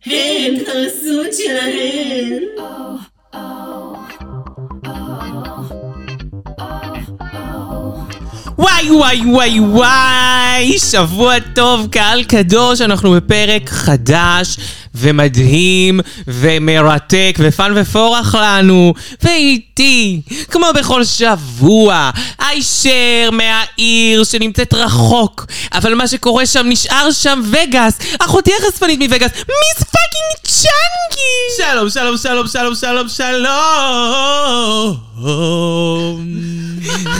Hey חרסות שלהם! וואי וואי וואי וואי, שבוע טוב, קהל קדוש, אנחנו בפרק חדש ומדהים ומרתק ופאן ופורח לנו, ואיתי, כמו בכל שבוע, היישר מהעיר שנמצאת רחוק, אבל מה שקורה שם נשאר שם וגאס, אחותי החשפנית מווגאס, מיס פאקינג צ'אנקי! שלום, שלום, שלום, שלום, שלום, שלום!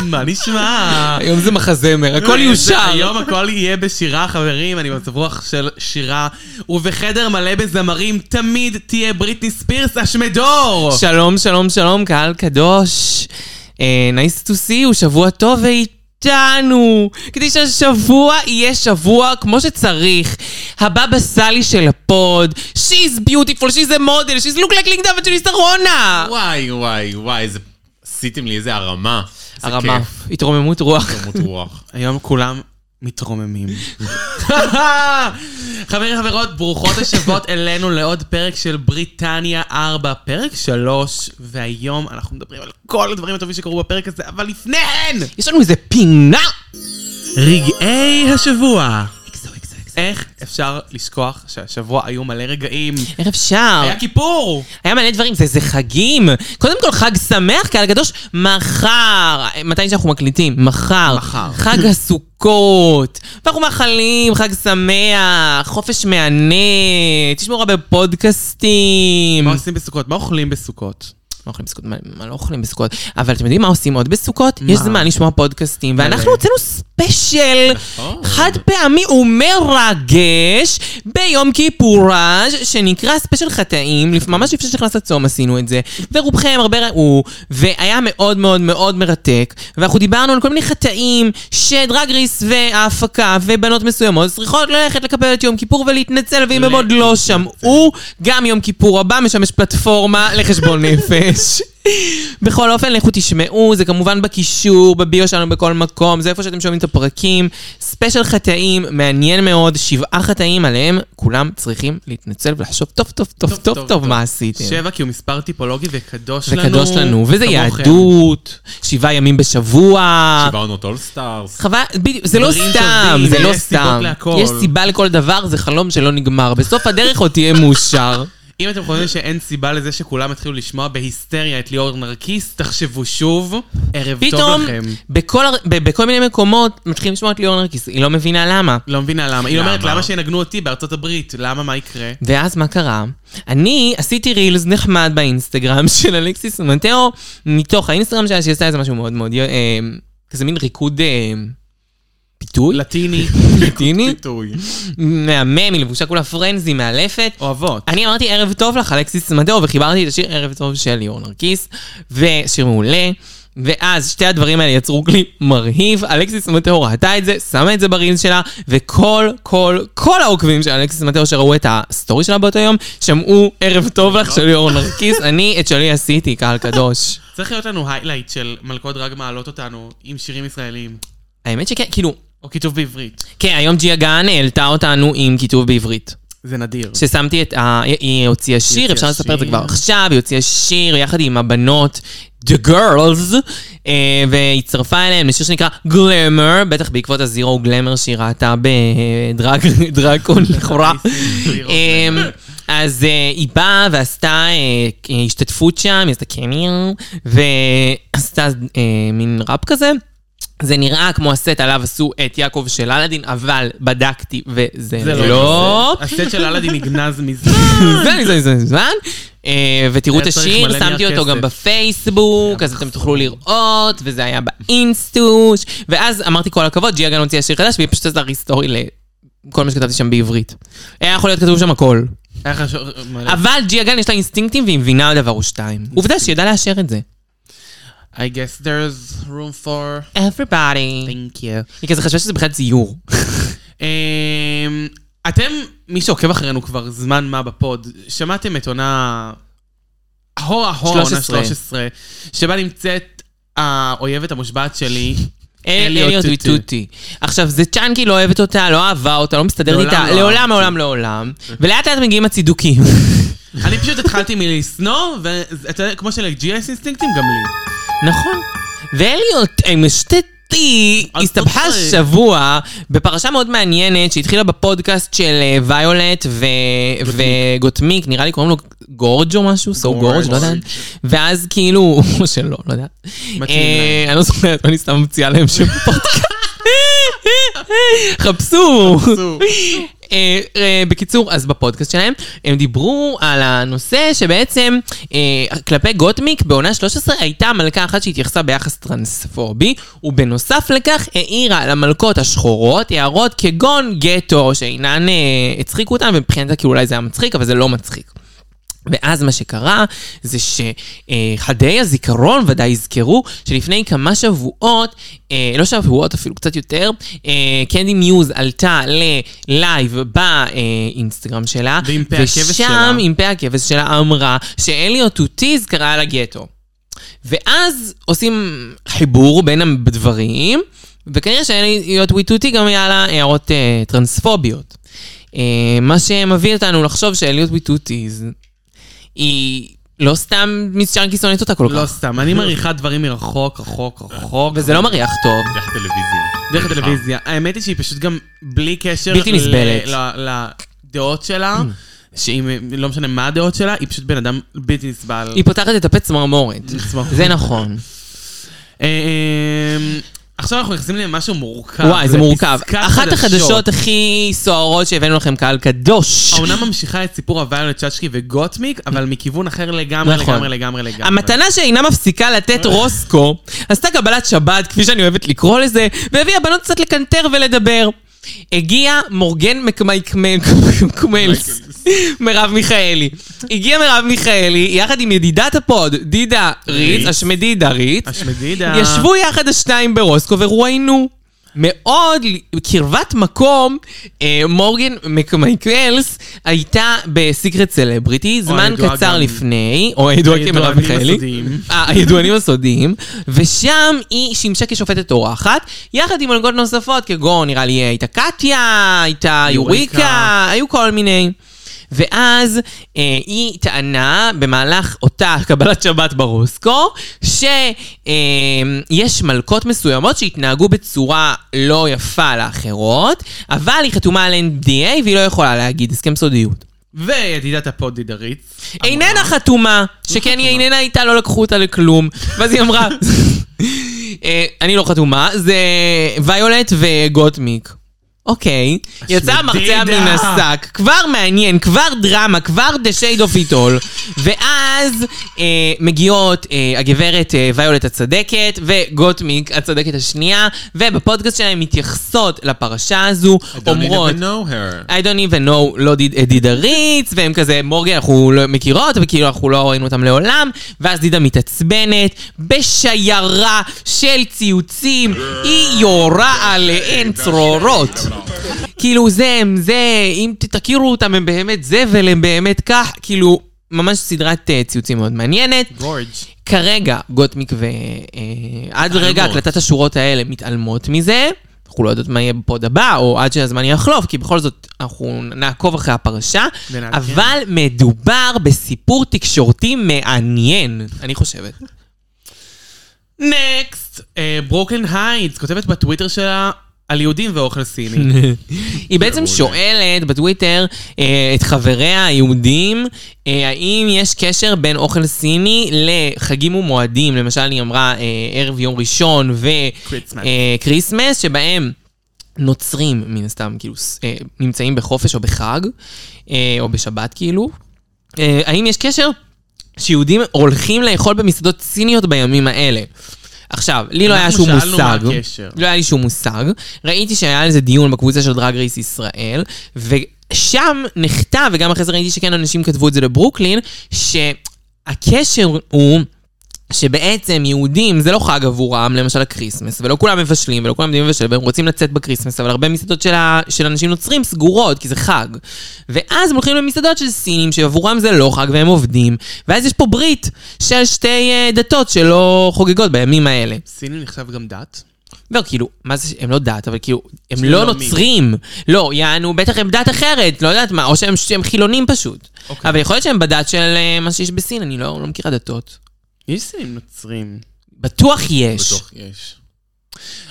מה נשמע? היום זה מחזמר, הכל זה- יושר. היום הכל יהיה בשירה, חברים, אני במצב רוח של שירה, ובחדר מלא בזמרים תמיד תהיה בריטני ספירס השמדור! שלום, שלום, שלום, קהל קדוש. אה, nice to see you, שבוע טוב ואיתנו. כדי שהשבוע יהיה שבוע כמו שצריך. הבבא סאלי של הפוד, She's beautiful, she's a model, she's look like לינדה, but she's a רונה. וואי, וואי, וואי, איזה... עשיתם לי איזה הרמה. איזה הרמה, כיף, התרוממות רוח. כמות רוח. היום כולם מתרוממים. חברים וחברות, ברוכות השבות אלינו לעוד פרק של בריטניה 4, פרק 3, והיום אנחנו מדברים על כל הדברים הטובים שקרו בפרק הזה, אבל לפני כן! יש לנו איזה פינה. רגעי השבוע. איך אפשר לשכוח שהשבוע היו מלא רגעים? איך אפשר? היה כיפור! היה מלא דברים, זה, זה חגים. קודם כל, חג שמח, קהל הקדוש, מחר. מתי שאנחנו מקליטים? מחר. מחר. חג הסוכות. ואנחנו מאחלים חג שמח, חופש מהנה, תשמעו הרבה פודקאסטים. מה עושים בסוכות? מה אוכלים בסוכות? לא אוכלים בסוכות, מה, מה לא אוכלים בסוכות? אבל אתם יודעים מה עושים עוד בסוכות? יש זמן לשמוע פודקאסטים, ואנחנו מלא. הוצאנו ספיישל נכון. חד פעמי ומרגש ביום כיפורז' שנקרא ספיישל חטאים, לפ- ממש לפני שנכנס לצום עשינו את זה, ורובכם הרבה ראו, והיה מאוד מאוד מאוד מרתק, ואנחנו דיברנו על כל מיני חטאים שדרג ריס וההפקה ובנות מסוימות צריכות ללכת לקבל את יום כיפור ולהתנצל, ואם הם עוד לא שמעו, גם יום כיפור הבא משמש פלטפורמה לחשבון נפש. בכל אופן, לכו תשמעו, זה כמובן בקישור, בביו שלנו בכל מקום, זה איפה שאתם שומעים את הפרקים. ספיישל חטאים, מעניין מאוד, שבעה חטאים עליהם, כולם צריכים להתנצל ולחשוב טוב טוב טוב טוב טוב, טוב מה עשיתם. שבע כי הוא מספר טיפולוגי כן. וקדוש זה לנו. קדוש לנו, וזה כמוכם. יהדות, שבעה ימים בשבוע. דיברנו על סטארס. חבל, בדיוק, זה לא דברים סתם, טובים, זה לא יש סיבות סתם. להכל. יש סיבה לכל דבר, זה חלום שלא נגמר. בסוף הדרך עוד תהיה מאושר. אם אתם חושבים שאין סיבה לזה שכולם יתחילו לשמוע בהיסטריה את ליאור נרקיס, תחשבו שוב, ערב טוב פתאום, לכם. בכל הר- ב- בכל מיני מקומות, מתחילים לשמוע את ליאור נרקיס, היא לא מבינה למה. לא מבינה למה. היא למה? אומרת, למה שינגנו אותי בארצות הברית? למה, מה יקרה? ואז מה קרה? אני עשיתי רילס נחמד באינסטגרם של אלכסיס ומטאו, מתוך האינסטגרם שלה, שהיא עשתה איזה משהו מאוד מאוד, אה, כזה מין ריקוד אה, פיתוי, לטיני. לטיני, פיתוי. מהמם, היא לבושה כולה פרנזי, מאלפת. אוהבות. אני אמרתי ערב טוב לך, אלכסיס מדאו, וחיברתי את השיר ערב טוב של ליאור נרקיס, ושיר מעולה. ואז שתי הדברים האלה יצרו כלי מרהיב, אלכסיס מטאו ראתה את זה, שמה את זה ברילס שלה, וכל, כל, כל העוקבים של אלכסיס מטאו שראו את הסטורי שלה באותו יום, שמעו ערב טוב לך של ליאור נרקיס, אני את שלי עשיתי, קהל קדוש. צריך להיות לנו היילייט של מלכות דרג מעלות אותנו עם שירים ישראלים, האמת שכן, כאילו, או כיתוב בעברית. כן, היום ג'יה גן העלתה אותנו עם כיתוב בעברית. זה נדיר. ששמתי את ה... היא- היא הוציאה שיר, הוציאה אפשר לספר את זה שיר. כבר עכשיו, היא הוציאה שיר יחד עם הבנות, The Girls, אה, והצטרפה אליהם לשיר שנקרא Glamour, בטח בעקבות הזירו גלמר שהיא ראתה בדרקון לכאורה. Zero אה, אז אה, היא באה ועשתה אה, אה, השתתפות שם, היא עשתה קמיון, ועשתה אה, מין ראפ כזה. זה נראה כמו הסט עליו עשו את יעקב של אלאדין, אבל בדקתי וזה זה לא. לא... זה. הסט של אלאדי נגנז מזמן. זמן, זמן, זמן, זמן. אה, ותראו את היה צריך השיר, מלא שמתי נייר אותו כסף. גם בפייסבוק, אז אתם תוכלו לראות, וזה היה באינסטוש. ואז אמרתי כל הכבוד, ג'יה גן הוציאה שיר חדש, והיא פשוט עשתה ריסטורי לכל מה שכתבתי שם בעברית. היה יכול להיות כתוב שם הכל. היה חשוב... מלא. אבל ג'יה גן יש לה אינסטינקטים והיא מבינה דבר או שתיים. עובדה שהיא ידעה לאשר את זה. I guess there's room for... Everybody. Thank you. היא כזה חשבה שזה בכלל ציור. אמ, אתם, מי שעוקב אחרינו כבר זמן מה בפוד, שמעתם את עונה... הורה הורה עונה 13. 13, שבה נמצאת האויבת המושבעת שלי, אליוט אה, אליוט טוטי. וטוטי. עכשיו, זה צ'אנקי לא אוהבת אותה, לא אהבה אותה, לא מסתדרת לעולם איתה, לא לעולם, אהבתי. לעולם, לעולם. ולאט לאט מגיעים הצידוקים. אני פשוט התחלתי מלשנוא, ואתה יודע, כמו שלג'י יש אינסטינקטים, גם לי. נכון. ואליוט אה, משתתי אז הסתבכה תוצרי. השבוע בפרשה מאוד מעניינת שהתחילה בפודקאסט של אה, ויולט ו- וגוטמיק, נראה לי קוראים לו גורג' או משהו, סו גורג'. גורג', לא יודעת. ואז כאילו, או שלא, לא יודעת. מתאים אה, אני לא זוכרת, אני סתם ממציאה להם שם פודקאסט. חפשו. אה, אה, בקיצור, אז בפודקאסט שלהם, הם דיברו על הנושא שבעצם אה, כלפי גוטמיק בעונה 13 הייתה מלכה אחת שהתייחסה ביחס טרנספובי, ובנוסף לכך העירה למלכות השחורות הערות כגון גטו, שאינן אה, הצחיקו אותן, ומבחינתה כאילו אולי זה היה מצחיק, אבל זה לא מצחיק. ואז מה שקרה זה שחדי הזיכרון ודאי יזכרו שלפני כמה שבועות, אה, לא שבועות אפילו קצת יותר, אה, קנדי מיוז עלתה ללייב באינסטגרם שלה, ועם פה הכבש שלה. ושם עם פה הכבש שלה אמרה שאליוט טוטיז קרא לה גטו. ואז עושים חיבור בין הדברים, וכנראה שאליוט ויטוטי גם היה לה הערות אה, טרנספוביות. אה, מה שמביא אותנו לחשוב שאליוט ויטוטי ז- היא לא סתם מיס צ'אנקי שונאת אותה כל כך. לא סתם, אני מריחה דברים מרחוק, רחוק, רחוק. וזה לא מריח טוב. דרך טלוויזיה. דרך הטלוויזיה. האמת היא שהיא פשוט גם בלי קשר... אה. בלתי נסבלת. אה. ל- ל- לדעות שלה, שהיא, לא משנה מה הדעות שלה, היא פשוט בן אדם בלתי נסבל. היא פותחת את הפה צמרמורת. צמרמורת. זה נכון. אמ, אה, עכשיו אנחנו נכנסים למשהו מורכב. וואי, זה מורכב. לפסקת אחת החדשות הכי סוערות שהבאנו לכם, קהל קדוש. העונה ממשיכה את סיפור הוויולט צ'צ'קי וגוטמיק, אבל מכיוון אחר לגמרי, נכון. לגמרי, לגמרי, לגמרי. המתנה שאינה מפסיקה לתת רוסקו, עשתה קבלת שבת, כפי שאני אוהבת לקרוא לזה, והביאה בנות קצת לקנטר ולדבר. הגיע מורגן מקמקמלס, מרב מיכאלי. הגיעה מרב מיכאלי, יחד עם ידידת הפוד, דידה ריץ, השמדידה אה, ריץ. השמדידה. ישבו יחד השניים ברוסקו ורואיינו. מאוד קרבת מקום, אה, מורגן מקמייקלס הייתה בסיקרט סלבריטי, זמן הידועה קצר גם- לפני, או הידועה כמרב הידוענים מיכאלי, הסודיים. אה, הידוענים הסודיים, ושם היא שימשה כשופטת אורחת, יחד עם מלגות נוספות, כגון נראה לי הייתה קטיה, הייתה יוריקה. יוריקה, היו כל מיני. ואז אה, היא טענה במהלך אותה קבלת שבת ברוסקו, שיש אה, יש מלכות מסוימות שהתנהגו בצורה לא יפה לאחרות, אבל היא חתומה על NDA והיא לא יכולה להגיד הסכם סודיות. וידידת הפוד דידריץ. איננה חתומה, שכן היא איננה איתה, לא לקחו אותה לכלום. ואז היא אמרה, אה, אני לא חתומה, זה ויולט וגוטמיק. אוקיי, יצא המרצע מן השמדידה. השק, כבר מעניין, כבר דרמה, כבר the shade of it all. ואז אה, מגיעות אה, הגברת אה, ויולט הצדקת וגוטמיק הצדקת השנייה, ובפודקאסט שלהם מתייחסות לפרשה הזו, אומרות... her. I don't even know, לא דיד- אה, דידה ריץ, והם כזה, מורגן, אנחנו לא מכירות, וכאילו אנחנו לא ראינו אותם לעולם, ואז דידה מתעצבנת בשיירה של ציוצים, היא יורה עליהן צרורות. כאילו זה הם זה, אם ת- תכירו אותם הם באמת זבל, הם באמת כך, כאילו, ממש סדרת אה, ציוצים מאוד מעניינת. גורג'. כרגע, גוטמיק ו... אה, עד רגע הקלטת השורות האלה מתעלמות מזה. אנחנו לא יודעות מה יהיה בפוד הבא, או עד שהזמן יחלוף, כי בכל זאת אנחנו נעקוב אחרי הפרשה. ונעדכן. אבל מדובר בסיפור תקשורתי מעניין, אני חושבת. נקסט. ברוקן הייטס אה, כותבת בטוויטר שלה על יהודים ואוכל לא סיני. היא בעצם שואלת בטוויטר אה, את חבריה היהודים, אה, האם יש קשר בין אוכל סיני לחגים ומועדים, למשל היא אמרה אה, ערב יום ראשון Christmas. וכריסמס, שבהם נוצרים מן הסתם, כאילו, ס- אה, נמצאים בחופש או בחג, אה, או בשבת כאילו. אה, האם יש קשר? שיהודים הולכים לאכול במסעדות סיניות בימים האלה. עכשיו, לי לא היה אנחנו שום שאלנו מה מושג. הקשר. לא היה לי שום מושג. ראיתי שהיה על זה דיון בקבוצה של דרג רייס ישראל, ושם נכתב, וגם אחרי זה ראיתי שכן אנשים כתבו את זה לברוקלין, שהקשר הוא... שבעצם יהודים זה לא חג עבורם, למשל הקריסמס, ולא כולם מבשלים, ולא כולם יודעים לבשל, והם רוצים לצאת בקריסמס, אבל הרבה מסעדות של, ה... של אנשים נוצרים סגורות, כי זה חג. ואז הם הולכים למסעדות של סינים, שעבורם זה לא חג והם עובדים, ואז יש פה ברית של שתי אה, דתות שלא חוגגות בימים האלה. סיני נחשב גם דת. לא, כאילו, מה זה, ש- הם לא דת, אבל כאילו, הם כאילו לא לא מי. נוצרים. לא, יענו, בטח הם דת אחרת, לא יודעת מה, או שהם, שהם חילונים פשוט. אוקיי. אבל יכול להיות שהם בדת של אה, מה שיש בסין, אני לא, לא מכירה דתות. יש סינים נוצרים. בטוח יש. בטוח יש.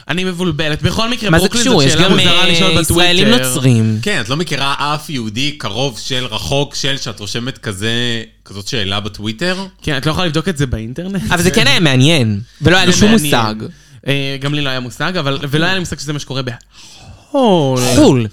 אני מבולבלת. בכל מקרה, מה זה ברוקלין קשור? זאת יש שאלה גם מוזרה אה, לשאול בטוויטר. ישראלים נוצרים. כן, את לא מכירה אף יהודי קרוב של, רחוק של, שאת רושמת כזה, כזאת שאלה בטוויטר? אה, כן, את לא יכולה לבדוק את זה באינטרנט? אבל זה כן היה מעניין, ולא היה לי זה שום מושג. מעניין. אה, גם לי לא היה מושג, אבל... ולא היה לי מושג שזה מה שקורה בהול. חול.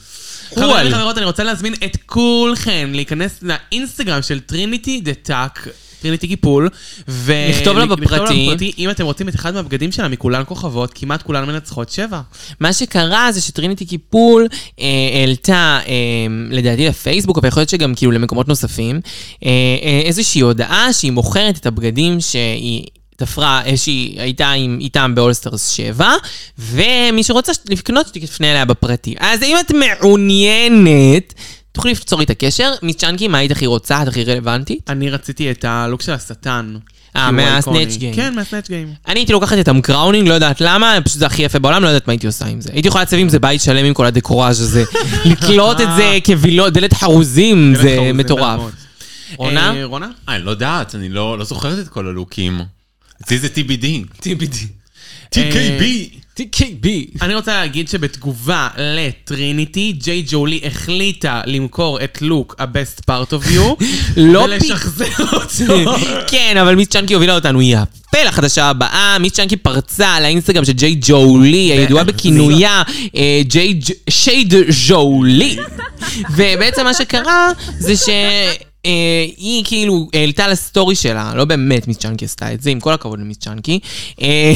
חברים חול. וחברות, אני רוצה להזמין את כולכם להיכנס לאינסטגרם של טריניטי דה טאק. טריניטי גיפול, ו- לכתוב לה לכתוב בפרטי. אם אתם רוצים את אחד מהבגדים שלה מכולן כוכבות, כמעט כולן מנצחות שבע. מה שקרה זה שטריניטי קיפול אה, העלתה, אה, לדעתי לפייסבוק, אבל יכול להיות שגם כאילו למקומות נוספים, אה, אה, איזושהי הודעה שהיא מוכרת את הבגדים שהיא... תפרה, אה, שהיא הייתה עם, איתם באולסטרס 7, ומי שרוצה ש- לקנות, שתפנה אליה בפרטי. אז אם את מעוניינת, תוכלי ליצור איתה קשר. מצ'אנקי, מה היית הכי רוצה? את הכי רלוונטית? אני רציתי את הלוק של השטן. אה, כי הוא מהסנאצ' איקוני. גיים. כן, מהסנאצ' גיים. אני הייתי לוקחת את המקראונינג, לא יודעת למה, פשוט זה הכי יפה בעולם, לא יודעת מה הייתי עושה עם זה. הייתי יכולה לעצב עם זה בית שלם עם כל הדקוראז' הזה. לתלות את זה כווילות, דלת חרוזים, דלת זה חרוזים מטורף. ברמות. רונה? אה, רונה? אה, אני לא יודעת, אני לא, לא זוכרת את כל הלוקים. אצלי זה TBD. TBD. TKB. TKB. אני רוצה להגיד שבתגובה לטריניטי, ג'יי ג'ולי החליטה למכור את לוק ה-best part of you, לא ולשחזר אותו. כן, אבל מיס צ'אנקי הובילה אותנו יפה לחדשה הבאה. מיס צ'אנקי פרצה לאינסטגרם של ג'יי ג'ולי, הידועה בכינויה אה, ג'יי ג'- שייד ג'ולי. ובעצם מה שקרה זה ש... אה, היא כאילו העלתה לסטורי שלה, לא באמת מיס צ'אנקי עשתה את זה, עם כל הכבוד למיס צ'אנקי. אה,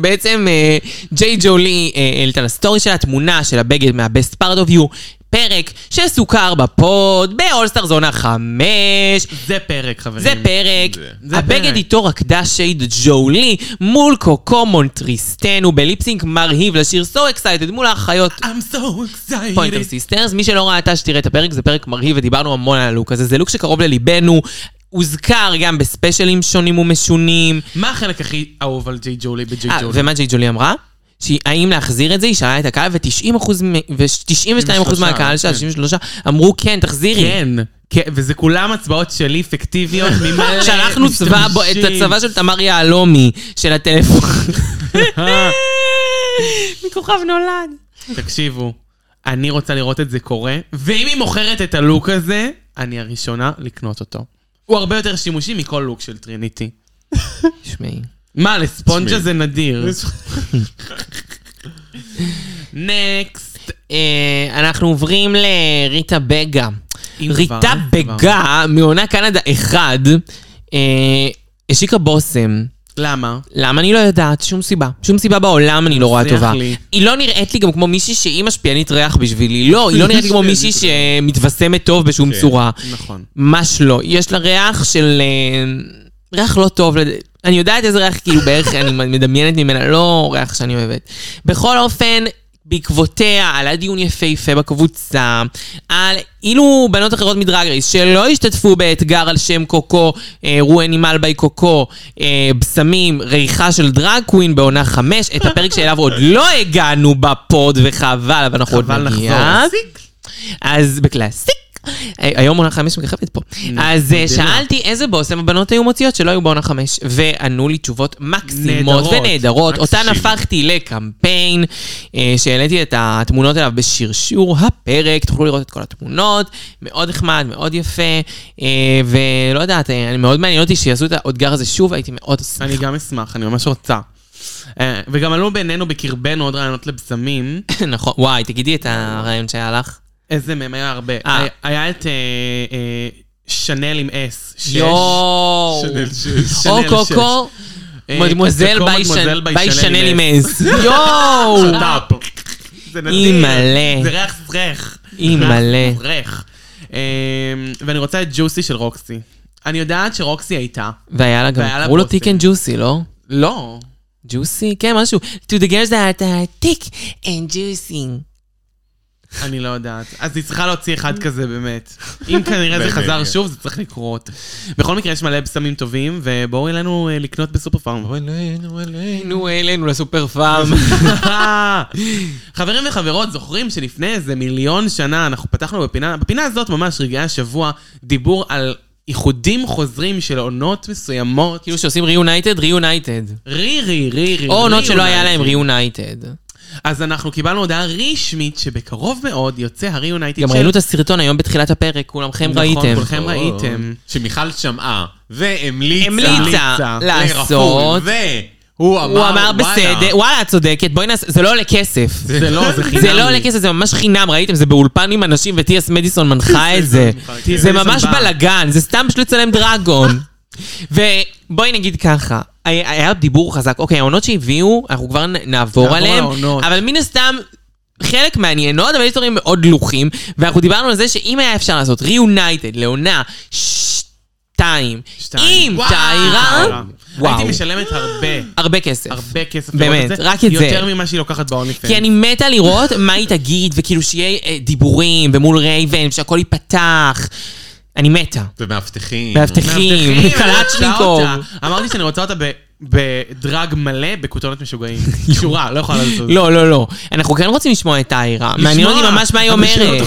בעצם אה, ג'יי ג'ולי אה, העלתה לסטורי שלה תמונה של הבגד מה-Best part of you, פרק שסוכר בפוד, באולסטאר זונה 5, זה פרק, חברים. זה פרק. זה הבגד פרק. איתו רקדה שייד ג'ולי מול קוקו מונטריסטנו בליפסינק מרהיב לשיר So Excited מול האחיות I'm so excited. פוינטר סיסטרס. מי שלא ראתה שתראה את הפרק, זה פרק מרהיב ודיברנו המון על הלוק הזה. זה לוק שקרוב לליבנו. הוזכר גם בספיישלים שונים ומשונים. מה החלק הכי אהוב על ג'יי ג'ולי בג'יי אה, ג'ולי? ומה ג'יי ג'ולי אמרה? שהיא- האם להחזיר את זה? היא שאלה את הקהל, ו-92% 93, מהקהל שלה, כן. 93, אמרו כן, תחזירי. כן. כן, וזה כולם הצבעות שלי פיקטיביות ממלא. שלחנו צבא, בו- את משתמשים. הצבא של תמר יהלומי, של הטלפון. מכוכב נולד. תקשיבו, אני רוצה לראות את זה קורה, ואם היא מוכרת את הלוק הזה, אני הראשונה לקנות אותו. הוא הרבה יותר שימושי מכל לוק של טריניטי. תשמעי. מה, לספונג'ה תשמעי. זה נדיר. נקסט. אה, אנחנו עוברים לריטה בגה. אם ריטה כבר, אם בגה, מעונה קנדה 1, אה, השיקה בושם. למה? למה אני לא יודעת? שום סיבה. שום סיבה בעולם אני לא רואה מפריח טובה. לי. היא לא נראית לי גם כמו מישהי שהיא משפיענית ריח בשבילי. לא, היא לא נראית לי כמו מישהי שמתווסמת טוב בשום כן. צורה. נכון. ממש לא. יש לה ריח של... אה, ריח לא טוב. לד- אני יודעת איזה ריח כאילו בערך אני מדמיינת ממנה, לא ריח שאני אוהבת. בכל אופן... בעקבותיה, עלה דיון יפהפה בקבוצה, על אילו בנות אחרות מדרג רייס שלא השתתפו באתגר על שם קוקו, אה, רו אנימל ביי קוקו, אה, בשמים, ריחה של דרג קווין בעונה חמש, את הפרק שאליו עוד לא הגענו בפוד, וחבל, אבל אנחנו עוד חבל נגיע. לחזור. אז בקלאסיק. אה, היום עונה חמש מככבת פה. אז אה, מדהימה. שאלתי איזה בושם הבנות היו מוציאות שלא היו בעונה חמש, וענו לי תשובות מקסימות נהדרות. ונהדרות. אותן מקסים. הפכתי לקמפיין, אה, שהעליתי את התמונות אליו בשרשור הפרק, תוכלו לראות את כל התמונות, מאוד נחמד, מאוד יפה, אה, ולא יודעת, אה, אני מאוד מעניין אותי שיעשו את האותגר הזה שוב, הייתי מאוד אני שמחה. גם אשמח, אני ממש רוצה. אה, וגם עלו בינינו בקרבנו עוד רעיונות לבשמים. נכון, וואי, תגידי את הרעיון שהיה לך. איזה מהם היה הרבה. אה. היה- היה את אה, אה, שנל עם אס. שש. יואו! או שנל שש. קוקו, אה, מדמוזל קוקו, ביי מדמוזל שנ- ביי ביי שנל שנל עם עם עז. יואו! שת"פ. זה נדיר. אימא'לה. זה ריח זרח. אימא'לה. זרח. אה, ואני רוצה את ג'וסי של רוקסי. אני יודעת שרוקסי הייתה. והיה לה גם, והיה לה קראו לו בושם. טיק אנד ג'וסי, לא? לא. ג'וסי? כן, משהו. To the girls that are tick and juicy. אני לא יודעת. אז היא צריכה להוציא אחד כזה באמת. אם כנראה זה באמת, חזר כן. שוב, זה צריך לקרות. בכל מקרה, יש מלא בשמים טובים, ובואו אלינו אה, לקנות בסופר פארם. אוי, אלינו, אלינו. נו, אלינו לסופר פארם. חברים וחברות, זוכרים שלפני איזה מיליון שנה אנחנו פתחנו בפינה, בפינה הזאת ממש רגעי השבוע, דיבור על איחודים חוזרים של עונות מסוימות. כאילו שעושים ריאונייטד, ריאונייטד. רירי, רירי. או עונות שלא היה להם ריאונייטד. ריאונייטד. אז אנחנו קיבלנו הודעה רשמית שבקרוב מאוד יוצא הריאונייטד גם ראינו את הסרטון היום בתחילת הפרק, כולכם נכון, ראיתם. כולכם ראיתם. Oh. שמיכל שמעה והמליצה. המליצה לעשות. לרפול, והוא אמר, הוא אמר בסדר, וואלה, את צודקת, בואי נעשה, זה לא עולה כסף. זה לא, זה חינמי. זה לא עולה כסף, זה ממש חינם, ראיתם? זה באולפן עם אנשים וטיאס מדיסון מנחה את זה. זה מדיסון ממש בא. בלאגן, זה סתם בשביל לצלם דרגון. ובואי נגיד ככה, היה היה דיבור חזק, אוקיי, העונות שהביאו, אנחנו כבר נ- נעבור נעבור עליהן, לעונות. אבל מן הסתם... חלק מעניינות, אבל יש דברים מאוד דלוחים, ואנחנו דיברנו על זה שאם היה אפשר לעשות ריאונייטד לעונה שתיים, שתיים. עם וואו. טיירה, וואו, הייתי משלמת הרבה. הרבה כסף. הרבה כסף. באמת, לראות רק את זה. יותר ממה שהיא לוקחת בהוני כי אני מתה לראות מה היא תגיד, וכאילו שיהיה אה, דיבורים, ומול רייבן, שהכל ייפתח. אני מתה. ומאבטחים. מאבטחים, קלצ'ניקוב. אמרתי שאני רוצה אותה ב- בדרג מלא בכותונת משוגעים. שורה, לא יכולה לעשות. לא, לא, לא. אנחנו כן רוצים לשמוע את טיירה. מעניין אותי ממש מה היא אומרת.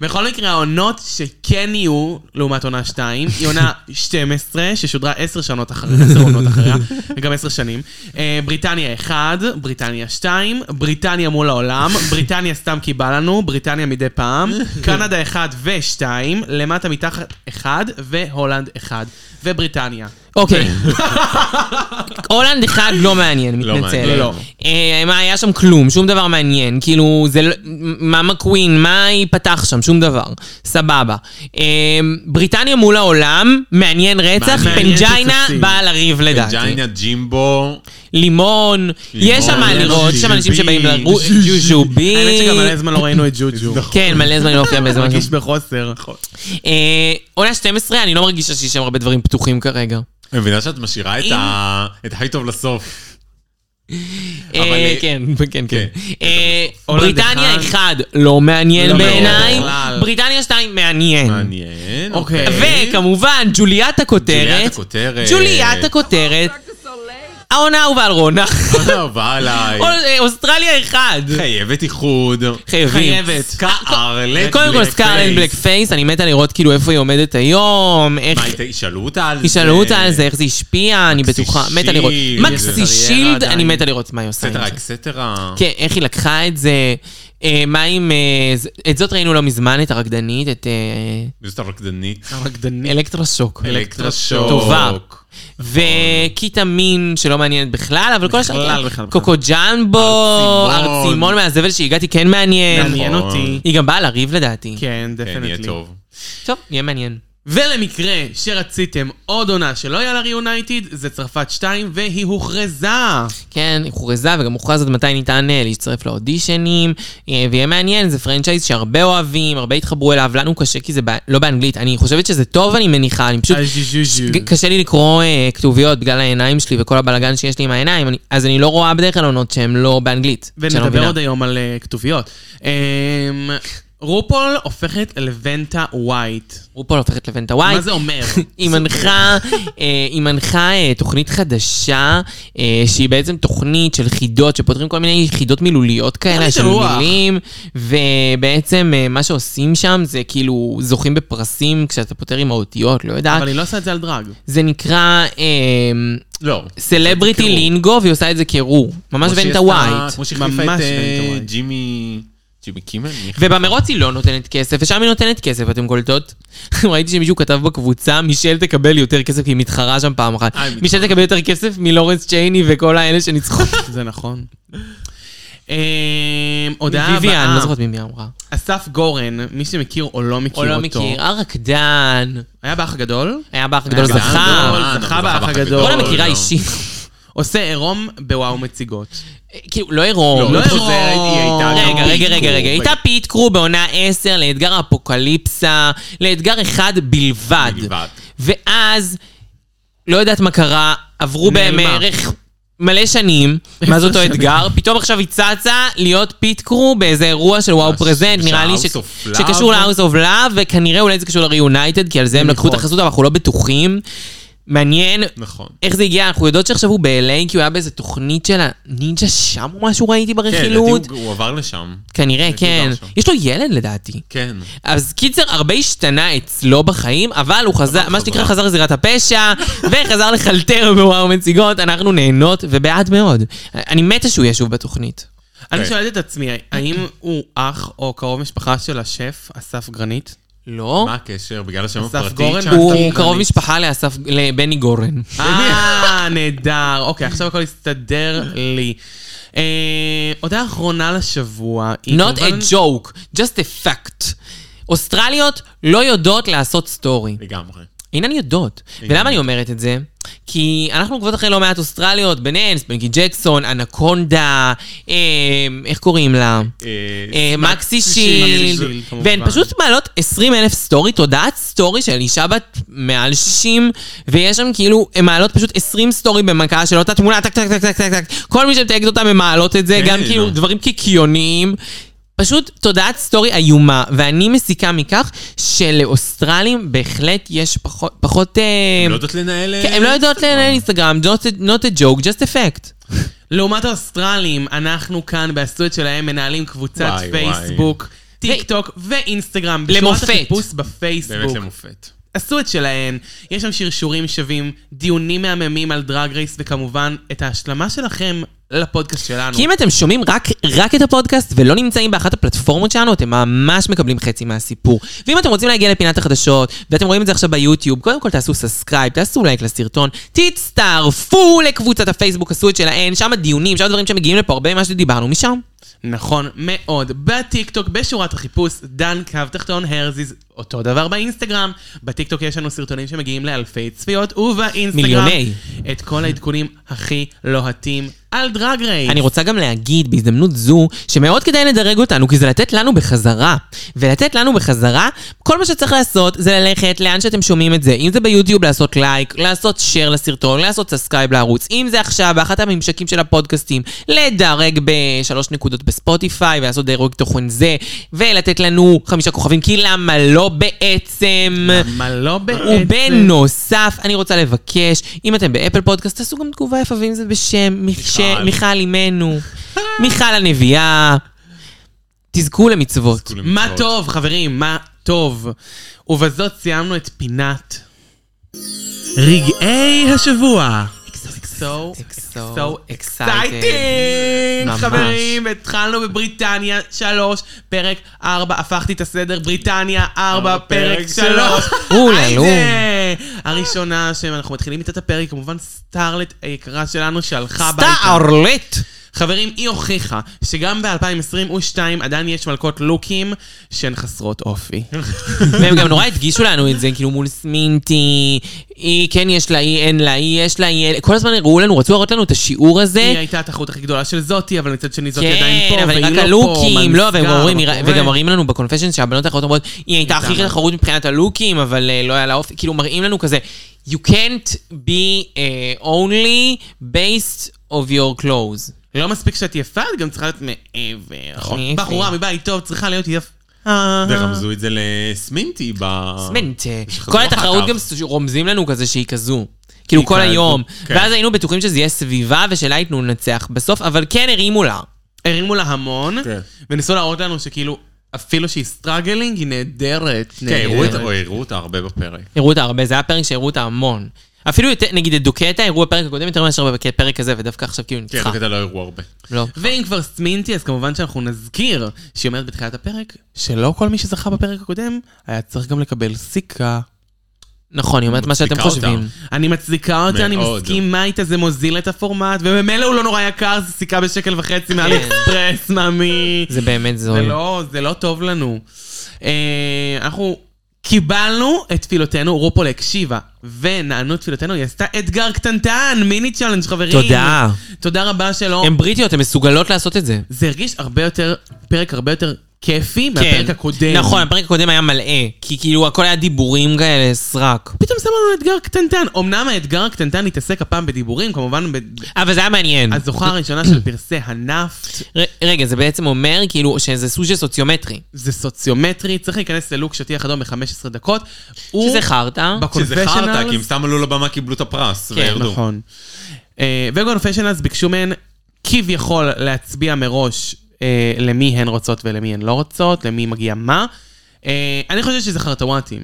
בכל מקרה, העונות שכן יהיו, לעומת עונה 2, היא עונה 12, ששודרה 10 שנות אחריה, 10 עונות אחריה, וגם 10 שנים. אה, בריטניה 1, בריטניה 2, בריטניה מול העולם, בריטניה סתם כי בא לנו, בריטניה מדי פעם, קנדה 1 ו-2, למטה מתחת 1, והולנד 1, ובריטניה. אוקיי. הולנד אחד לא מעניין, לא מתנצל. מעניין. לא. אה, מה, היה שם כלום, שום דבר מעניין. כאילו, זה לא... מה מקווין, מה היא פתח שם, שום דבר. סבבה. אה, בריטניה מול העולם, מעניין רצח, מעניין פנג'יינה שתופסים. באה לריב לדעתי. ג'ייניה ג'ימבו. לימון, יש שם מה לראות, יש שם אנשים שבאים לרוץ, ג'וז'ובי. האמת שגם מלא זמן לא ראינו את ג'וג'ו. כן, מלא זמן אני לא מופיע באיזה משהו. מרגיש בחוסר. אה, עונה 12, אני לא מרגישה שיש שם הרבה דברים פתוחים כרגע. אני מבינה שאת משאירה את ה- את הכי טוב לסוף. אה, אבל- כן, כן, כן. כן. אה, הולנד בריטניה 1, אחד. לא מעניין לא בעיניי. בכלל. בריטניה 2, מעניין. מעניין. אוקיי. וכמובן, ג'וליית הכותרת. ג'וליית הכותרת. ג'וליית הכותרת. העונה האהובה על רונה. אוקיי. אהובה עליי. אול- אה, אוסטרליה 1. חייבת איחוד. חייבים. חייבת. סקארלט. קודם כל בלק סקארלנד פייס. בלק פייס, אני מתה לראות כאילו איפה היא עומדת היום, מה, איך... ישאלו אותה על זה? ישאלו אותה על זה, איך זה השפיע, אני מקסי בטוחה, מתה לראות. שילד. מקסי קריירה שילד, עדיין. אני מתה לראות מה היא עושה עם אקסטרה, זה. אקסטרה. כן, איך היא לקחה את זה, אה, מה עם... אה, ז- את זאת ראינו לא מזמן, את הרקדנית, את אה, זאת הרקדנית. הרקדנית. אלקטרשוק. אלקטרשוק. טובה. וקיטה מין, שלא מעניינת בכלל, אבל כל השאר... כן. בכלל, בכלל. קוקו ג'מבו, ארצימון. ארצימון מהזבל שהגעתי כן מעניין. מעניין נכון. אותי. היא גם באה לריב לדעתי. כן, כן, יהיה דפנטלי. טוב. טוב, יהיה מעניין. ולמקרה שרציתם עוד עונה שלא היה לה ריאונייטד, זה צרפת 2, והיא הוכרזה. כן, היא הוכרזה וגם הוכרז עד מתי ניתן אה, להצטרף לאודישנים, אה, ויהיה מעניין, זה פרנצ'ייז שהרבה אוהבים, הרבה התחברו אליו, לנו קשה כי זה ב... לא באנגלית, אני חושבת שזה טוב, אני מניחה, אני פשוט... על ז'יז'יז'י. ג- קשה לי לקרוא אה, כתוביות בגלל העיניים שלי וכל הבלגן שיש לי עם העיניים, אני, אז אני לא רואה בדרך כלל עונות שהן לא באנגלית. שאני לא ונדבר מבינה. עוד היום על אה, כתוביות. אמ, רופול הופכת לוונטה ווייט. רופול הופכת לבנטה וואי. מה זה אומר? היא מנחה, אה, היא מנחה אה, תוכנית חדשה, אה, שהיא בעצם תוכנית של חידות, שפותרים כל מיני חידות מילוליות כאלה, תוכנית של הרוח. מילים, ובעצם אה, מה שעושים שם זה כאילו זוכים בפרסים כשאתה פותר עם האותיות, לא יודעת. אבל היא לא עושה את זה על דרג. זה נקרא אה, לא. סלבריטי קירור. לינגו, והיא עושה את זה קירור. ממש כמו שהיא ונטה עשתה- ווייט. כמו שהחליפה את ממש אה, ונטה ווייט. ג'ימי... ג'ימי קימל? מי- ובמרוץ היא לא נותנת כסף, ושם היא נותנת כסף, אתם קולטות? ראיתי שמישהו כתב בקבוצה, מישל תקבל יותר כסף, כי היא מתחרה שם פעם אחת. אה, היא מתחרה. מישל תקבל יותר כסף מלורנס צ'ייני וכל האלה שניצחו. זה נכון. אמ, הודעה ויויאן, לא הבאה. זוכרת ממי היא אמרה. אסף גורן, מי שמכיר או לא מכיר או אותו. לא מכיר, הרקדן. היה באח הגדול. היה באח הגדול הגדול, זכה. אה, זכה נכון, באח באח הגדול. הגדול. כל המכירה לא. אישית. עושה עירום בוואו מציגות. כאילו, לא עירום. לא, לא פשוט זה- היא עירום. הייתה- רגע, רגע, רגע, רגע. רגע. הייתה פיט קרו בעונה 10 לאתגר האפוקליפסה, לאתגר אחד בלבד. בלבד. ואז, לא יודעת מה קרה, עברו נעלמה. בהם בערך מלא שנים, מה זה אותו אתגר, פתאום עכשיו היא צצה להיות פיט קרו באיזה אירוע של וואו ש- פרזנט, נראה לי ש- שה-House of Love. שקשור ל-house of love, וכנראה אולי זה קשור ל-reunited, כי על זה הם לקחו את יכול. החסות, אבל אנחנו לא בטוחים. מעניין נכון. איך זה הגיע, אנחנו יודעות שעכשיו הוא ב-LA, כי הוא היה באיזה תוכנית של הנינג'ה שם או משהו ראיתי כן, לדעתי ברכילות. הוא- הוא עבר לשם. כנראה, הוא כן. גר שם. יש לו ילד לדעתי. כן. אז קיצר, הרבה השתנה אצלו בחיים, אבל הוא חזר, מה שנקרא, חזר לזירת הפשע, וחזר לחלטר בוואו מציגות, אנחנו נהנות, ובעד מאוד. אני מתה שהוא יהיה שוב בתוכנית. אני אוקיי. שואלת את עצמי, האם הוא אח או קרוב משפחה של השף, אסף גרנית? לא? מה הקשר? בגלל השם אסף הפרטי? גורן? צ'אנס הוא גרנית. קרוב משפחה לאסף, לבני גורן. כן. אה, נהדר. אוקיי, עכשיו הכל יסתדר לי. אה, הודעה אחרונה לשבוע. היא Not כמובן- a joke, just a fact. אוסטרליות לא יודעות לעשות סטורי. לגמרי. אינן יודעות. ולמה אני אומרת את זה? כי אנחנו עוקבות אחרי לא מעט אוסטרליות, ביניהן, ספנקי ג'קסון, אנקונדה, אה, איך קוראים לה? אה, מקסי שילד, שילד, כמובן. והן פשוט מעלות 20 אלף סטורי, תודעת סטורי של אישה בת מעל 60, ויש שם כאילו, הן מעלות פשוט 20 סטורי במכה של אותה תמונה, טק טק טק טק טק טק, כל מי שמתייגת אותם הן מעלות את זה, כן, גם כאילו נו. דברים קיקיוניים. פשוט תודעת סטורי איומה, ואני מסיקה מכך שלאוסטרלים בהחלט יש פחות, פחות... אה, לא יודעות לנהל... אה, כן, הם לא יודעות לנהל אינסטגרם, not a- not a joke, just a fact. לעומת האוסטרלים, אנחנו כאן בעשו את שלהם מנהלים קבוצת וואי, וואי. פייסבוק. טיק טוק ואינסטגרם. למופת. בשורת החיפוש באמת בפייסבוק. למופת. עשו את שלהן. יש שם שרשורים שווים, דיונים מהממים על דרג רייס, וכמובן, את ההשלמה שלכם לפודקאסט שלנו. כי אם אתם שומעים רק, רק את הפודקאסט ולא נמצאים באחת הפלטפורמות שלנו, אתם ממש מקבלים חצי מהסיפור. ואם אתם רוצים להגיע לפינת החדשות, ואתם רואים את זה עכשיו ביוטיוב, קודם כל תעשו סאסקרייב, תעשו לייק לסרטון, תצטרפו לקבוצת הפייסבוק, עשו את שלהן, שם הדיונים, שם הדברים שמגיעים לפה, הרבה ממה שדיברנו משם. נכון מאוד. בטיקטוק, בשורת החיפוש, דן קו תחתון הרזיז, אותו דבר באינסטגרם. בטיקטוק יש לנו סרטונים שמגיעים לאלפי צפיות, ובאינסטגרם... מיליוני. את כל העדכונים הכי לוהטים על דרג רייס. אני רוצה גם להגיד בהזדמנות זו, שמאוד כדאי לדרג אותנו, כי זה לתת לנו בחזרה. ולתת לנו בחזרה, כל מה שצריך לעשות זה ללכת לאן שאתם שומעים את זה. אם זה ביוטיוב, לעשות לייק, לעשות שייר לסרטון, לעשות סאסקרייב לערוץ. אם זה עכשיו, באחת הממשקים של הפודקאסטים, לדרג בשלוש נקודות בספוטיפיי, ולעשות דירוג תוכן זה, ולתת לנו חמישה כוכבים, כי למה לא בעצם? מה לא בעצם? ובנוסף, אני רוצה לבקש, אם אתם באפל פודקאסט, תעשו גם תגובה יפה, ואם זה בשם מיכש- מיכל. מיכל אימנו, מיכל הנביאה, תזכו למצוות. כולם מה מצוות. טוב, חברים, מה טוב. ובזאת סיימנו את פינת רגעי השבוע. So so so excited. exciting! ממש. חברים, התחלנו בבריטניה 3, פרק 4, הפכתי את הסדר, בריטניה 4, פרק פרק 3. אולה, נו. הראשונה שאנחנו מתחילים איתה את הפרק, כמובן סטארלט היקרה שלנו שהלכה הביתה. סטארלט! חברים, היא הוכיחה שגם ב-2022 עדיין יש מלכות לוקים שהן חסרות אופי. והם גם נורא הדגישו לנו את זה, כאילו מול סמינטי, היא כן יש לה, היא אין לה, היא יש לה, היא אין לה, כל הזמן הראו לנו, רצו להראות לנו את השיעור הזה. היא הייתה התחרות הכי גדולה של זאתי, אבל מצד שני זאתי עדיין כן, פה, אבל והיא רק לא פה, הלוקים, מה לא, והם נסגר, אומרים, מה היא- קורה? וגם מראים לנו בקונפשן שהבנות האחרות אומרות, היא הייתה הכי איתנו. תחרות מבחינת הלוקים, אבל אה, לא היה לה אופי, כאילו מראים לנו כזה, you can't be uh, only based of your clothes. לא מספיק שאת יפה, את גם צריכה להיות מעבר. נכון. יפי. בחורה מבית טוב צריכה להיות יפה. ורמזו את זה לסמינטי ב... אה, סמנט. שחזרו אה, כל לא אחר התחרות כך. גם ס- רומזים לנו כזה שהיא כזו. כאילו כל כזו, היום. כן. ואז היינו בטוחים שזה יהיה סביבה ושלה ייתנו לנצח בסוף, אבל כן הרימו לה. הרימו לה המון, כן. וניסו להראות לנו שכאילו, אפילו שהיא סטראגלינג, היא נהדרת. כן, הראו אה, נהדרת. את- או הראו אותה הרבה בפרק. הראו אותה הרבה, זה היה פרק שהראו אותה המון. אפילו יותר, נגיד את דוקטה הראו בפרק הקודם יותר מאשר בפרק הזה, ודווקא עכשיו כאילו כן, ניצחה. בקטע לא הראו הרבה. לא. ואם כבר סמינתי, אז כמובן שאנחנו נזכיר שהיא אומרת בתחילת הפרק, שלא כל מי שזכה בפרק הקודם היה צריך גם לקבל סיכה. נכון, היא אומרת מה שאתם מצדיקה אותה. חושבים. אני מצדיקה אותה, אני מאוד. מסכימה איתה, זה מוזיל את הפורמט, וממילא הוא לא נורא יקר, זה סיכה בשקל וחצי מעל אקספרס, מאמי. זה באמת זה זול. לא, זה לא טוב לנו. אה, אנחנו קיבלנו את תפילותינו, רופול הקשיבה, ונענו תפילותינו, היא עשתה אתגר קטנטן, מיני צ'אלנג' חברים. תודה. תודה רבה שלא. הן בריטיות, הן מסוגלות לעשות את זה. זה הרגיש הרבה יותר, פרק הרבה יותר כיפי כן. מהפרק הקודם. נכון, הפרק הקודם היה מלא, כי כאילו הכל היה דיבורים כאלה, סרק. פתאום שם לנו אתגר קטנטן. אמנם האתגר הקטנטן התעסק הפעם בדיבורים, כמובן ב- אבל זה היה מעניין. הזוכה הראשונה של פרסי הנפט, ר- רגע, זה בעצם אומר כאילו שזה סוג של סוציומטרי. זה סוציומטרי, צריך להיכנס ללוק שטיח אדום ב-15 דקות. הוא שזה חרטא. שזה חרטא, כי הם ב-confessionals- סתם עלו לבמה, קיבלו את כן, הפרס, וירדו. נכון. וגונפשיונלס ביקשו מהן כביכול להצביע מראש אה, למי הן רוצות ולמי הן לא רוצות, למי מגיע מה. אה, אני חושבת שזה חרטוואטים.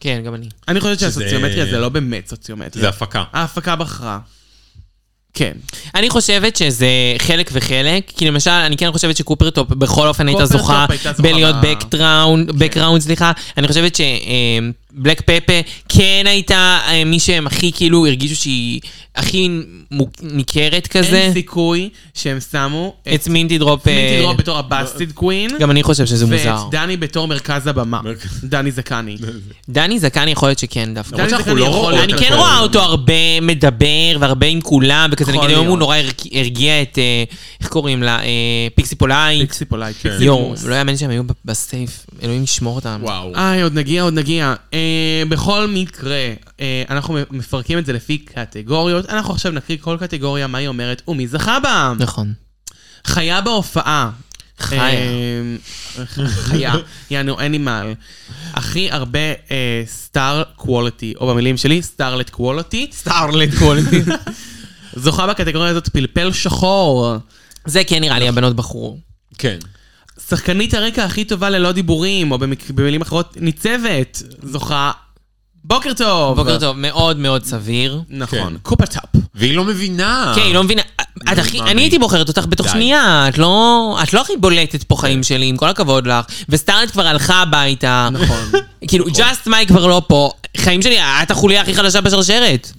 כן, גם אני. אני חושבת שזה- שהסוציומטריה זה לא באמת סוציומטריה. זה הפקה. ההפקה בחרה. כן. אני חושבת שזה חלק וחלק, כי למשל, אני כן חושבת שקופרטופ בכל אופן הייתה קופרטופ זוכה הייתה זוכה בלהיות ב- כן. בקראונד, בקראונד, סליחה. אני חושבת שבלק פפה כן הייתה אה, מי שהם הכי כאילו הרגישו שהיא הכי מוק- ניכרת כזה. אין סיכוי שהם שמו לא- את את מינטי דרופ... אה, מינטי דרור בתור הבאסטיד קווין, גם אני חושב שזה ואת מוזר. דני בתור מרכז הבמה. מרכז- דני זקני. דני זקן יכול להיות שכן דווקא. למרות שאנחנו דני לא דקה, אני יכול- רואות אני את כן הכל. רואה אותו הרבה מדבר והרבה עם כולם וכזה, יכול נגיד היום הוא להיות. נורא הרג- הרגיע את, אה, איך קוראים לה? אה, פיקסי פולייט. פיקסי פולייט, כן. פיקסי יואו, פוס. לא יאמן שהם היו ב- בסייף, אלוהים ישמור אותם. וואו. איי, עוד נגיע, עוד נגיע. אה, בכל מקרה, אה, אנחנו מפרקים את זה לפי קטגוריות. אנחנו עכשיו נקריא כל קטגוריה, מה היא אומרת ומי זכה בה. נכון. חיה בהופעה. חיה. אה, חיה, יענו אנימל. הכי הרבה סטאר קוולטי, או במילים שלי, סטארלט קוולטי. סטארלט קוולטי. זוכה בקטגוריה הזאת פלפל שחור. זה כן נראה לי הבנות בחרו. כן. שחקנית הרקע הכי טובה ללא דיבורים, או במק- במילים אחרות, ניצבת, זוכה. בוקר טוב! בוקר טוב, מאוד מאוד סביר. נכון. כן. קופה טאפ. והיא לא מבינה. כן, היא לא מבינה. את הכי, מאמין. אני הייתי בוחרת אותך בתוך די. שנייה, את לא, את לא הכי בולטת פה חיים שלי, עם כל הכבוד לך. וסטארלט כבר הלכה הביתה. נכון. כאילו, ג'אסט מיי כבר לא פה. חיים שלי, את החוליה הכי חלשה בשרשרת.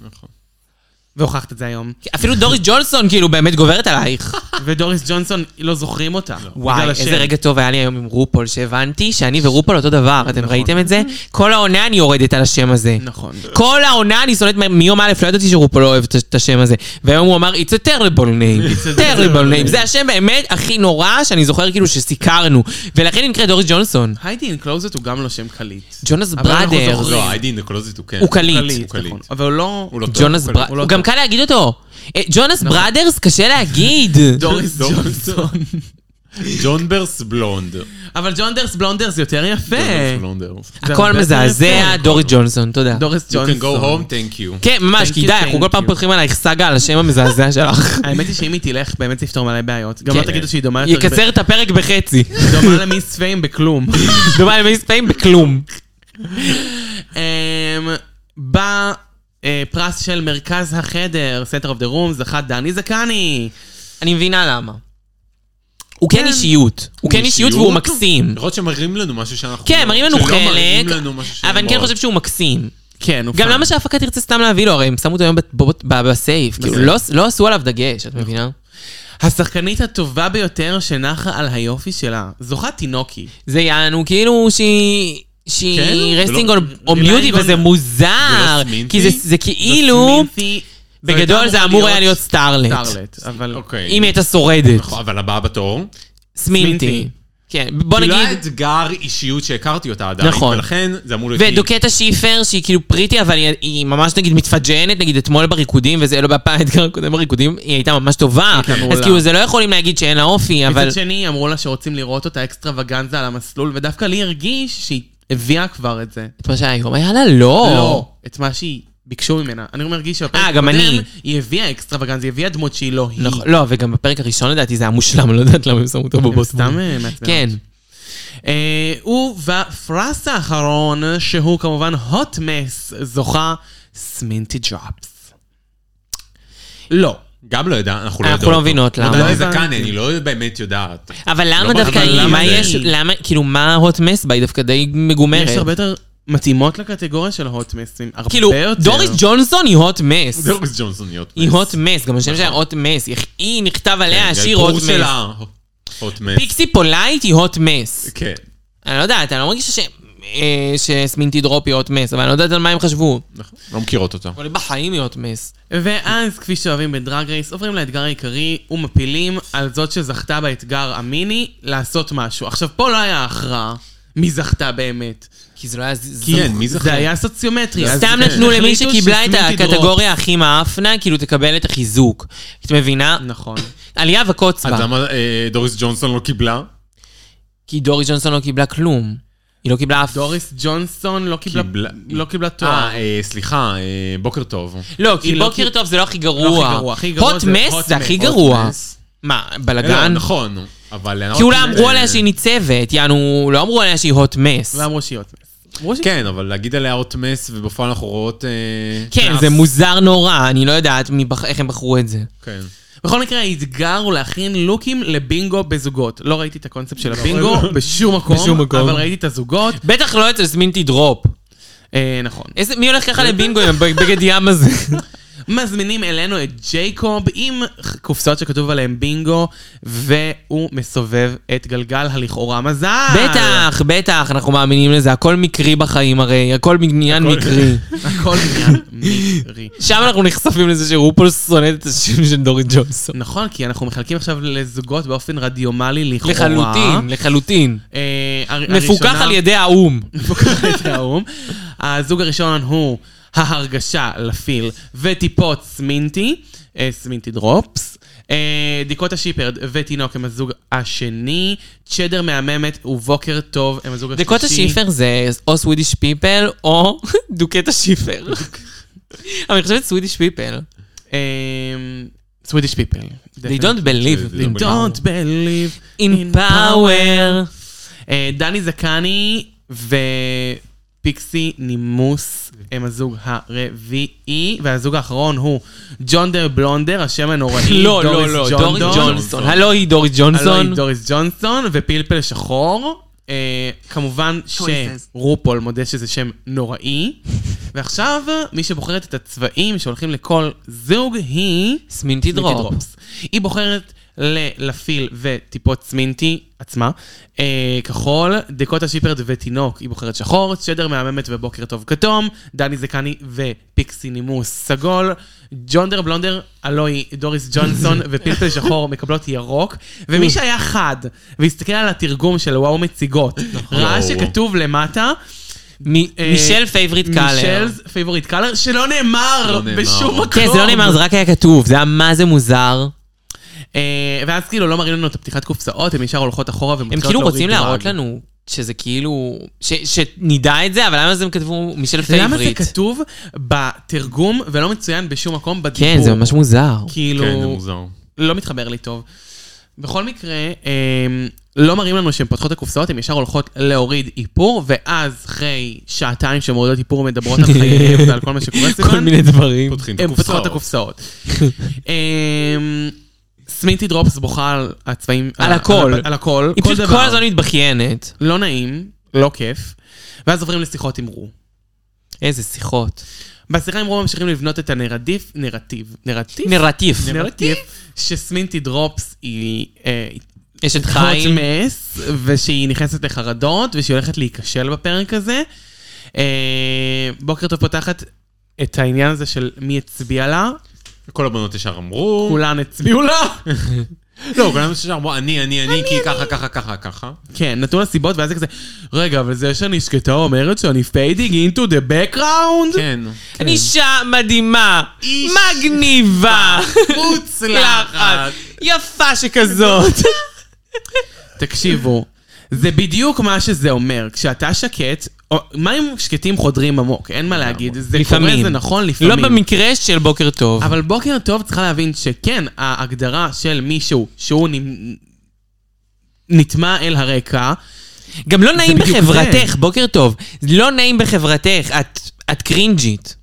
והוכחת את זה היום. אפילו דוריס ג'ולסון כאילו באמת גוברת עלייך. ודוריס ג'ונסון, לא זוכרים אותה. וואי, בגלל איזה השם. רגע טוב היה לי היום עם רופול, שהבנתי שאני ורופול אותו דבר, אתם ראיתם את זה? כל העונה אני יורדת על השם הזה. נכון. כל העונה אני שונאת מ- מיום א', לא ידעתי שרופול לא אוהב את- את השם הזה. והיום הוא אמר, It's a terrible name, It's It's a a terrible terrible name." name. זה השם באמת הכי נורא שאני זוכר כאילו שסיקרנו. ולכן היא נקראת דוריס ג'ונסון. היידי אינקלוזט הוא גם לא שם קליט. ג'ונס אבל אנחנו בראדר, זוכרים. לא, איידי נקלוזית הוא כן. הוא קליט. הוא קליט. נכון. אבל הוא לא... הוא לא טוב. ג'ונס הוא בראדרס, קליט. הוא לא הוא גם טוב. נכון. קל להגיד אותו. אה, ג'ונס בראדרס קשה להגיד. דוריס דוריס ג'ונסון. ג'ון ברס אה. בלונד. אבל ג'ונדרס בלונדרס יותר יפה. ג'ון ברס בלונד. זה הכל הרבה יותר נכון. מזעזע, יפה. דורי ג'ונסון, תודה. דוריס You ג'ונסון. can go home, thank you. כן, ממש, Thank כי you, די, אנחנו thank כל פעם you. פותחים עלייך סאגה על השם המזעזע שלך. האמת היא שאם היא תלך, באמת זה יפתור מלא בעיות. גם כן. לא תגידו שהיא דומה יותר... יקצר את הפרק בחצי. דומה למיס פיין בכלום. דומה למיס פיים בכלום. אמ, בפרס של מרכז החדר, center of the room, זכה דני זקני. אני מבינה למה. הוא כן כן. אישיות. הוא כן אישיות והוא מקסים. לראות שמראים לנו משהו שאנחנו... כן, מראים לנו שלא חלק, לא, מראים לנו משהו אבל אני כן שאנחנו- חושב שהוא מקסים. כן, הוא גם פאן. למה שההפקה תרצה סתם להביא לו, הרי הם שמו אותו היום ב- ב- ב- בסייף. כאילו, לא- לא עשו עליו דגש, את מבינה? השחקנית הטובה ביותר שנחה על היופי שלה, זוכה תינוקי. זה יענו כאילו שהיא... שהיא כן? רסטינג ולא- או ולא ביוטי, אינגון- וזה מוזר. ולא סמינטי? כי זה- זה כאילו... זו בגדול הייתה זה אמור היה להיות סטארלט. סטארלט, אבל... אוקיי. אם היא הייתה שורדת. נכון, אבל הבאה בתור. סמינטי. סמינטי. כן, בוא היא לא נגיד... האתגר אישיות שהכרתי אותה עדיין. נכון. ולכן זה אמור להיות... היא. ודוקטה שיפר, שהיא כאילו פריטי, אבל היא, היא ממש נגיד מתפג'נת, נגיד אתמול בריקודים, וזה לא בפעם האתגר הקודם בריקודים, היא הייתה ממש טובה. הייתה מעולה. אז כאילו זה לא יכולים להגיד שאין לה אופי, אבל... מצד שני, אמרו לה שרוצים לראות אותה אקסטרווגנזה על המסלול, ודווקא לי הרגיש שהיא הביאה כבר את זה. את מה שהיה היום היה לה לא. לא, את מה שהיא ביקשו ממנה. אני מרגיש שהפרק אה, גם אני. היא הביאה אקסטרווגנזה, היא הביאה דמות שהיא לא היא. נכון, לא, וגם בפרק הראשון לדעתי זה היה מושלם, אני לא יודעת למה הם שמו אותו הם בבוס. סתם אה, מעצבנות. כן. אה, ובפרס האחרון, שהוא כמובן hot mess, זוכה סמינטי ג'ופס. לא. גם לא יודע, אנחנו לא יודעות. אנחנו לא מבינות למה. לא לא זקן, הבנתי. אני לא באמת יודעת. אבל לא, למה דווקא אבל היא? למה מה זה? יש? למה, כאילו, מה hot mess בה? היא דווקא די מגומרת. יש הרבה יותר מתאימות לקטגוריה של hot messים. הרבה כאילו, יותר. דוריס ג'ונסון היא hot mess. דוריס ג'ונסוניות. היא hot mess, גם השם שלה hot mess. היא- היא נכתב עליה כן, השיר hot mess. כן, הוט מס. פיקסי פולייט היא hot mess. כן. אני לא יודעת, אני לא מרגישה ש... אה, שיסמין תדרופ היא אות מס, אבל אני לא יודעת על מה הם חשבו. נכון. לא מכירות אותה. אבל היא בחיים היא אות מס. ואז, כפי שאוהבים בדרג רייס, עוברים לאתגר העיקרי ומפילים על זאת שזכתה באתגר המיני לעשות משהו. עכשיו, פה לא היה הכרעה מי זכתה באמת. כי זה לא היה... ז- כי כן, מי זכה? זה היה סוציומטרי. אז סתם כן. נתנו למי החליטו שקיבלה את שסמין תדרוך. הקטגוריה הכי מאפנה, כאילו תקבל את החיזוק. את מבינה? נכון. עלייה אז וקוץ בה. למה אה, דוריס ג'ונסון לא קיבלה? כי דורי ג'ונסון לא קיבלה כלום. היא לא קיבלה אף... דוריס ג'ונסון לא קיבלה- קיבלה- לא קיבלה תואר. אה, אה, סליחה, אה, בוקר טוב. לא, כי היא לא בוקר קיב- טוב זה לא הכי לא הכי גרוע. גרוע, הכי גרוע הוט זה מס hot זה mess, הכי hot גרוע. mess. מה, לא, בלאגן? נכון, אבל... כי אולי אמרו עליה שהיא ניצבת, יענו, לא אמרו עליה שהיא הוט מס. ואמרו שהיא עוד אמרו שהיא- כן, אבל להגיד עליה אות מס, ובפועל אנחנו רואות... אה, כן, קלף. זה מוזר נורא, אני לא יודעת מי בח- איך הם בחרו את זה. כן. בכל מקרה, האתגר הוא להכין לוקים לבינגו בזוגות. לא ראיתי את הקונספט של הבינגו בשום נכון. בשום מקום, מקום. אבל ראיתי את הזוגות. בטח לא אצל סמינטי דרופ. אה, נכון. איזה- מי הולך ככה לבינגו עם הבגד ים הזה? אה, מזמינים אלינו את ג'ייקוב עם קופסאות שכתוב עליהן בינגו, והוא מסובב את גלגל הלכאורה מזל. בטח, בטח, אנחנו מאמינים לזה, הכל מקרי בחיים הרי, הכל עניין מקרי. הכל עניין מקרי. שם אנחנו נחשפים לזה שרופול שונאת את השם של דורי ג'ונסון. נכון, כי אנחנו מחלקים עכשיו לזוגות באופן רדיומלי לכאורה. לחלוטין, לחלוטין. אה, הר- מפוקח הראשונה- על ידי האו"ם. מפוקח על ידי האו"ם. הזוג הראשון הוא ההרגשה לפיל וטיפות סמינטי, אה, סמינטי דרופס. אה, דיקוטה שיפרד ותינוק הם הזוג השני, צ'דר מהממת ובוקר טוב הם הזוג השלישי. דקוטה שיפר זה או סווידיש פיפל או דוקטה שיפר. אבל אני חושבת סווידיש פיפל. אה, סווידיש פיפל. They don't believe. They They don't believe In power. אה, דני זקני ופיקסי נימוס הם הזוג הרביעי, והזוג האחרון הוא ג'ונדר בלונדר, השם הנוראי, לא, לא, לא, דורי ג'ונסון. לא הלו היא דורי הלוא ג'ונסון. היא לא, דוריס ג'ונסון ופלפל שחור. אה, כמובן שרופול מודה שזה שם נוראי. ועכשיו, מי שבוחרת את הצבעים שהולכים לכל זוג היא... סמינטי דרופ. דרופס. היא בוחרת ללפיל וטיפות סמינטי עצמה, אה, כחול, דקוטה שיפרד ותינוק, היא בוחרת שחור, שדר מהממת ובוקר טוב כתום, דני זקני ופיקסי נימוס סגול, ג'ונדר בלונדר, הלוא היא דוריס ג'ונסון ופלפל שחור מקבלות ירוק, ומי שהיה חד והסתכל על התרגום של וואו מציגות, ראה וואו. שכתוב למטה, אה, מ- נכון. מישל פייבריט קאלר. מישל's favorite color, שלא נאמר לא נאמר. בשום מקום. כן, זה לא נאמר, זה רק היה כתוב, זה היה מה זה מוזר. אה, ואז כאילו לא מראים לנו את הפתיחת קופסאות, הם ישר הולכות אחורה הם ומתחילות כאילו להוריד רוצים דרג. להראות לנו שזה כאילו... ש- שנדע את זה, אבל למה זה הם כתבו מישל פייבריט? למה זה כתוב בתרגום ולא מצוין בשום מקום בדיבור? כן, זה ממש מוזר. כאילו, כן, זה מוזר. לא מתחבר לי טוב. בכל מקרה, הם לא מראים לנו שהן פותחות את הקופסאות, הן ישר הולכות להוריד איפור, ואז אחרי שעתיים שהן מורידות איפור ומדברות על חייהם ועל כל מה שקורה כל סביבן, מיני דברים. פותחים את הם פתחו את הקופסאות. הקופסאות. אמ, סמינטי דרופס בוכה על הצבעים... על הכל. על הכל. היא פשוט דבר. כל הזמן מתבכיינת. לא נעים, לא כיף, ואז עוברים לשיחות עם רו. איזה שיחות. בשיחה עם רו ממשיכים לבנות את הנרטיב, נרטיב, נרטיב? נרטיף. נרטיב, שסמינטי דרופס היא אה, אשת hot חיים. mess, ושהיא נכנסת לחרדות, ושהיא הולכת להיכשל בפרק הזה. אה, בוקר טוב פותחת את העניין הזה של מי הצביע לה, כל הבנות ישר אמרו. כולן הצביעו לה. לא, כולם ישר אמרו, אני, אני, אני, כי ככה, ככה, ככה, ככה. כן, נתנו לה סיבות, ואז זה כזה, רגע, אבל זה שאני שקטה אומרת שאני fading into the background? כן. אני אישה מדהימה. מגניבה. מוצלחת. יפה שכזאת. תקשיבו, זה בדיוק מה שזה אומר. כשאתה שקט, או- מים שקטים חודרים עמוק, אין מה להגיד. זה לפעמים. קורה, זה נכון, לא לפעמים. במקרה של בוקר טוב. אבל בוקר טוב צריכה להבין שכן, ההגדרה של מישהו שהוא נמ- נטמע אל הרקע, גם לא נעים בדיוק בחברתך, בוקר טוב. לא נעים בחברתך, את- את קרינג'ית.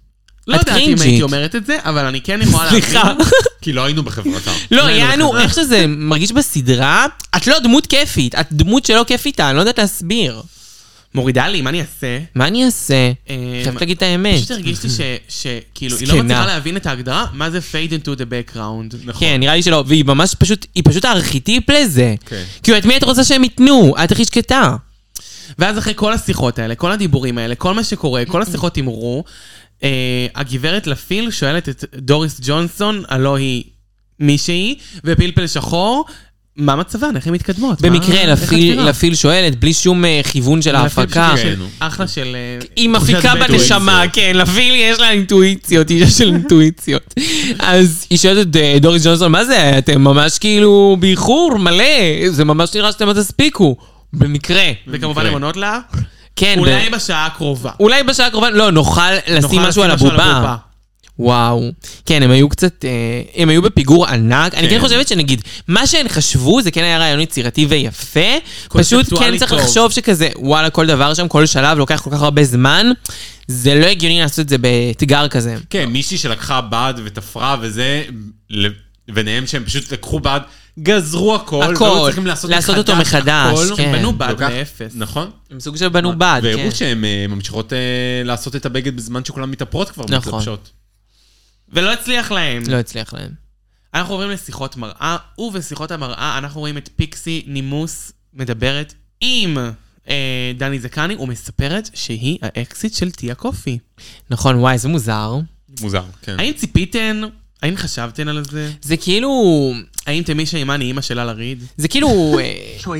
לא את יודעת אם קרינג'ית. הייתי אומרת את זה, אבל אני כן יכולה להבין. סליחה. כי לא היינו בחברתה. לא, יענו, איך שזה מרגיש בסדרה, את לא דמות כיפית, את דמות שלא כיף איתה, אני לא יודעת להסביר. מורידה לי, מה אני אעשה? מה אני אעשה? אה, חייבת להגיד את האמת. פשוט הרגישתי ש- שכאילו, היא לא זקנה. מצליחה להבין את ההגדרה, מה זה fade into the background. נכון. כן, נראה לי שלא, והיא ממש פשוט, היא פשוט הארכיטיפ לזה. כן. אה, כאילו, את מי את רוצה שהם ייתנו? את הכי שקטה. ואז אחרי כל השיחות האלה, כל הדיבורים האלה, כל מה שקורה, כל השיחות הימרו, אה, הגברת לפיל שואלת את דוריס ג'ונסון, הלא היא מישהי, ופלפל שחור, מה מצבן? איך הן מתקדמות? במקרה, מה- איך לפיל- החקירה? לפיל שואלת, בלי שום אה, כיוון של לפיל ההפקה. של- כן. אחלה של... אה, היא תחושת מפיקה בטן. בנשמה, כן, לפיל יש לה אינטואיציות, אישה של אינטואיציות. אז היא שואלת את אה, דוריס ג'ונסון, מה זה, אתם ממש כאילו באיחור מלא, זה ממש נראה שאתם לא תספיקו. במקרה. וכמובן הם עונות לה, כן, ב- אולי בשעה הקרובה. אולי בשעה הקרובה, לא, נוכל לשים נוכל משהו על לשים הבובה. וואו. כן, הם היו קצת... אה, הם היו בפיגור ענק. אני כן כן. חושבת שנגיד, מה שהן חשבו זה כן היה רעיון יצירתי ויפה. פשוט כן קונספטואלי צריך טוב. לחשוב שכזה, וואלה, כל דבר שם, כל שלב לוקח כל כך הרבה זמן. זה לא הגיוני לעשות את זה באתגר כזה. כן, מישהי שלקחה בד ותפרה וזה, ל- ביניהם שהם פשוט לקחו בד, גזרו הכל, והיו הכל. צריכים לעשות לעשות אותו מחדש, הכל. כן. בנו בד לוקח- מאפס. נכון. הם סוג של בנו בד, כן. והראו שהן אה, ממשיכות אה, לעשות את הבגד בזמן שכולן מתאפרות כבר, נכון. מתלבשות. ולא הצליח להם. לא הצליח להם. אנחנו עוברים לשיחות מראה, ובשיחות המראה אנחנו רואים את פיקסי נימוס מדברת עם אה, דני זקני, ומספרת שהיא האקסיט של טיה קופי. נכון, וואי, זה מוזר. מוזר, כן. האם ציפיתן? האם חשבתן על זה? זה כאילו... האם תמישה אימני אימא שלה לריד? זה כאילו... אה,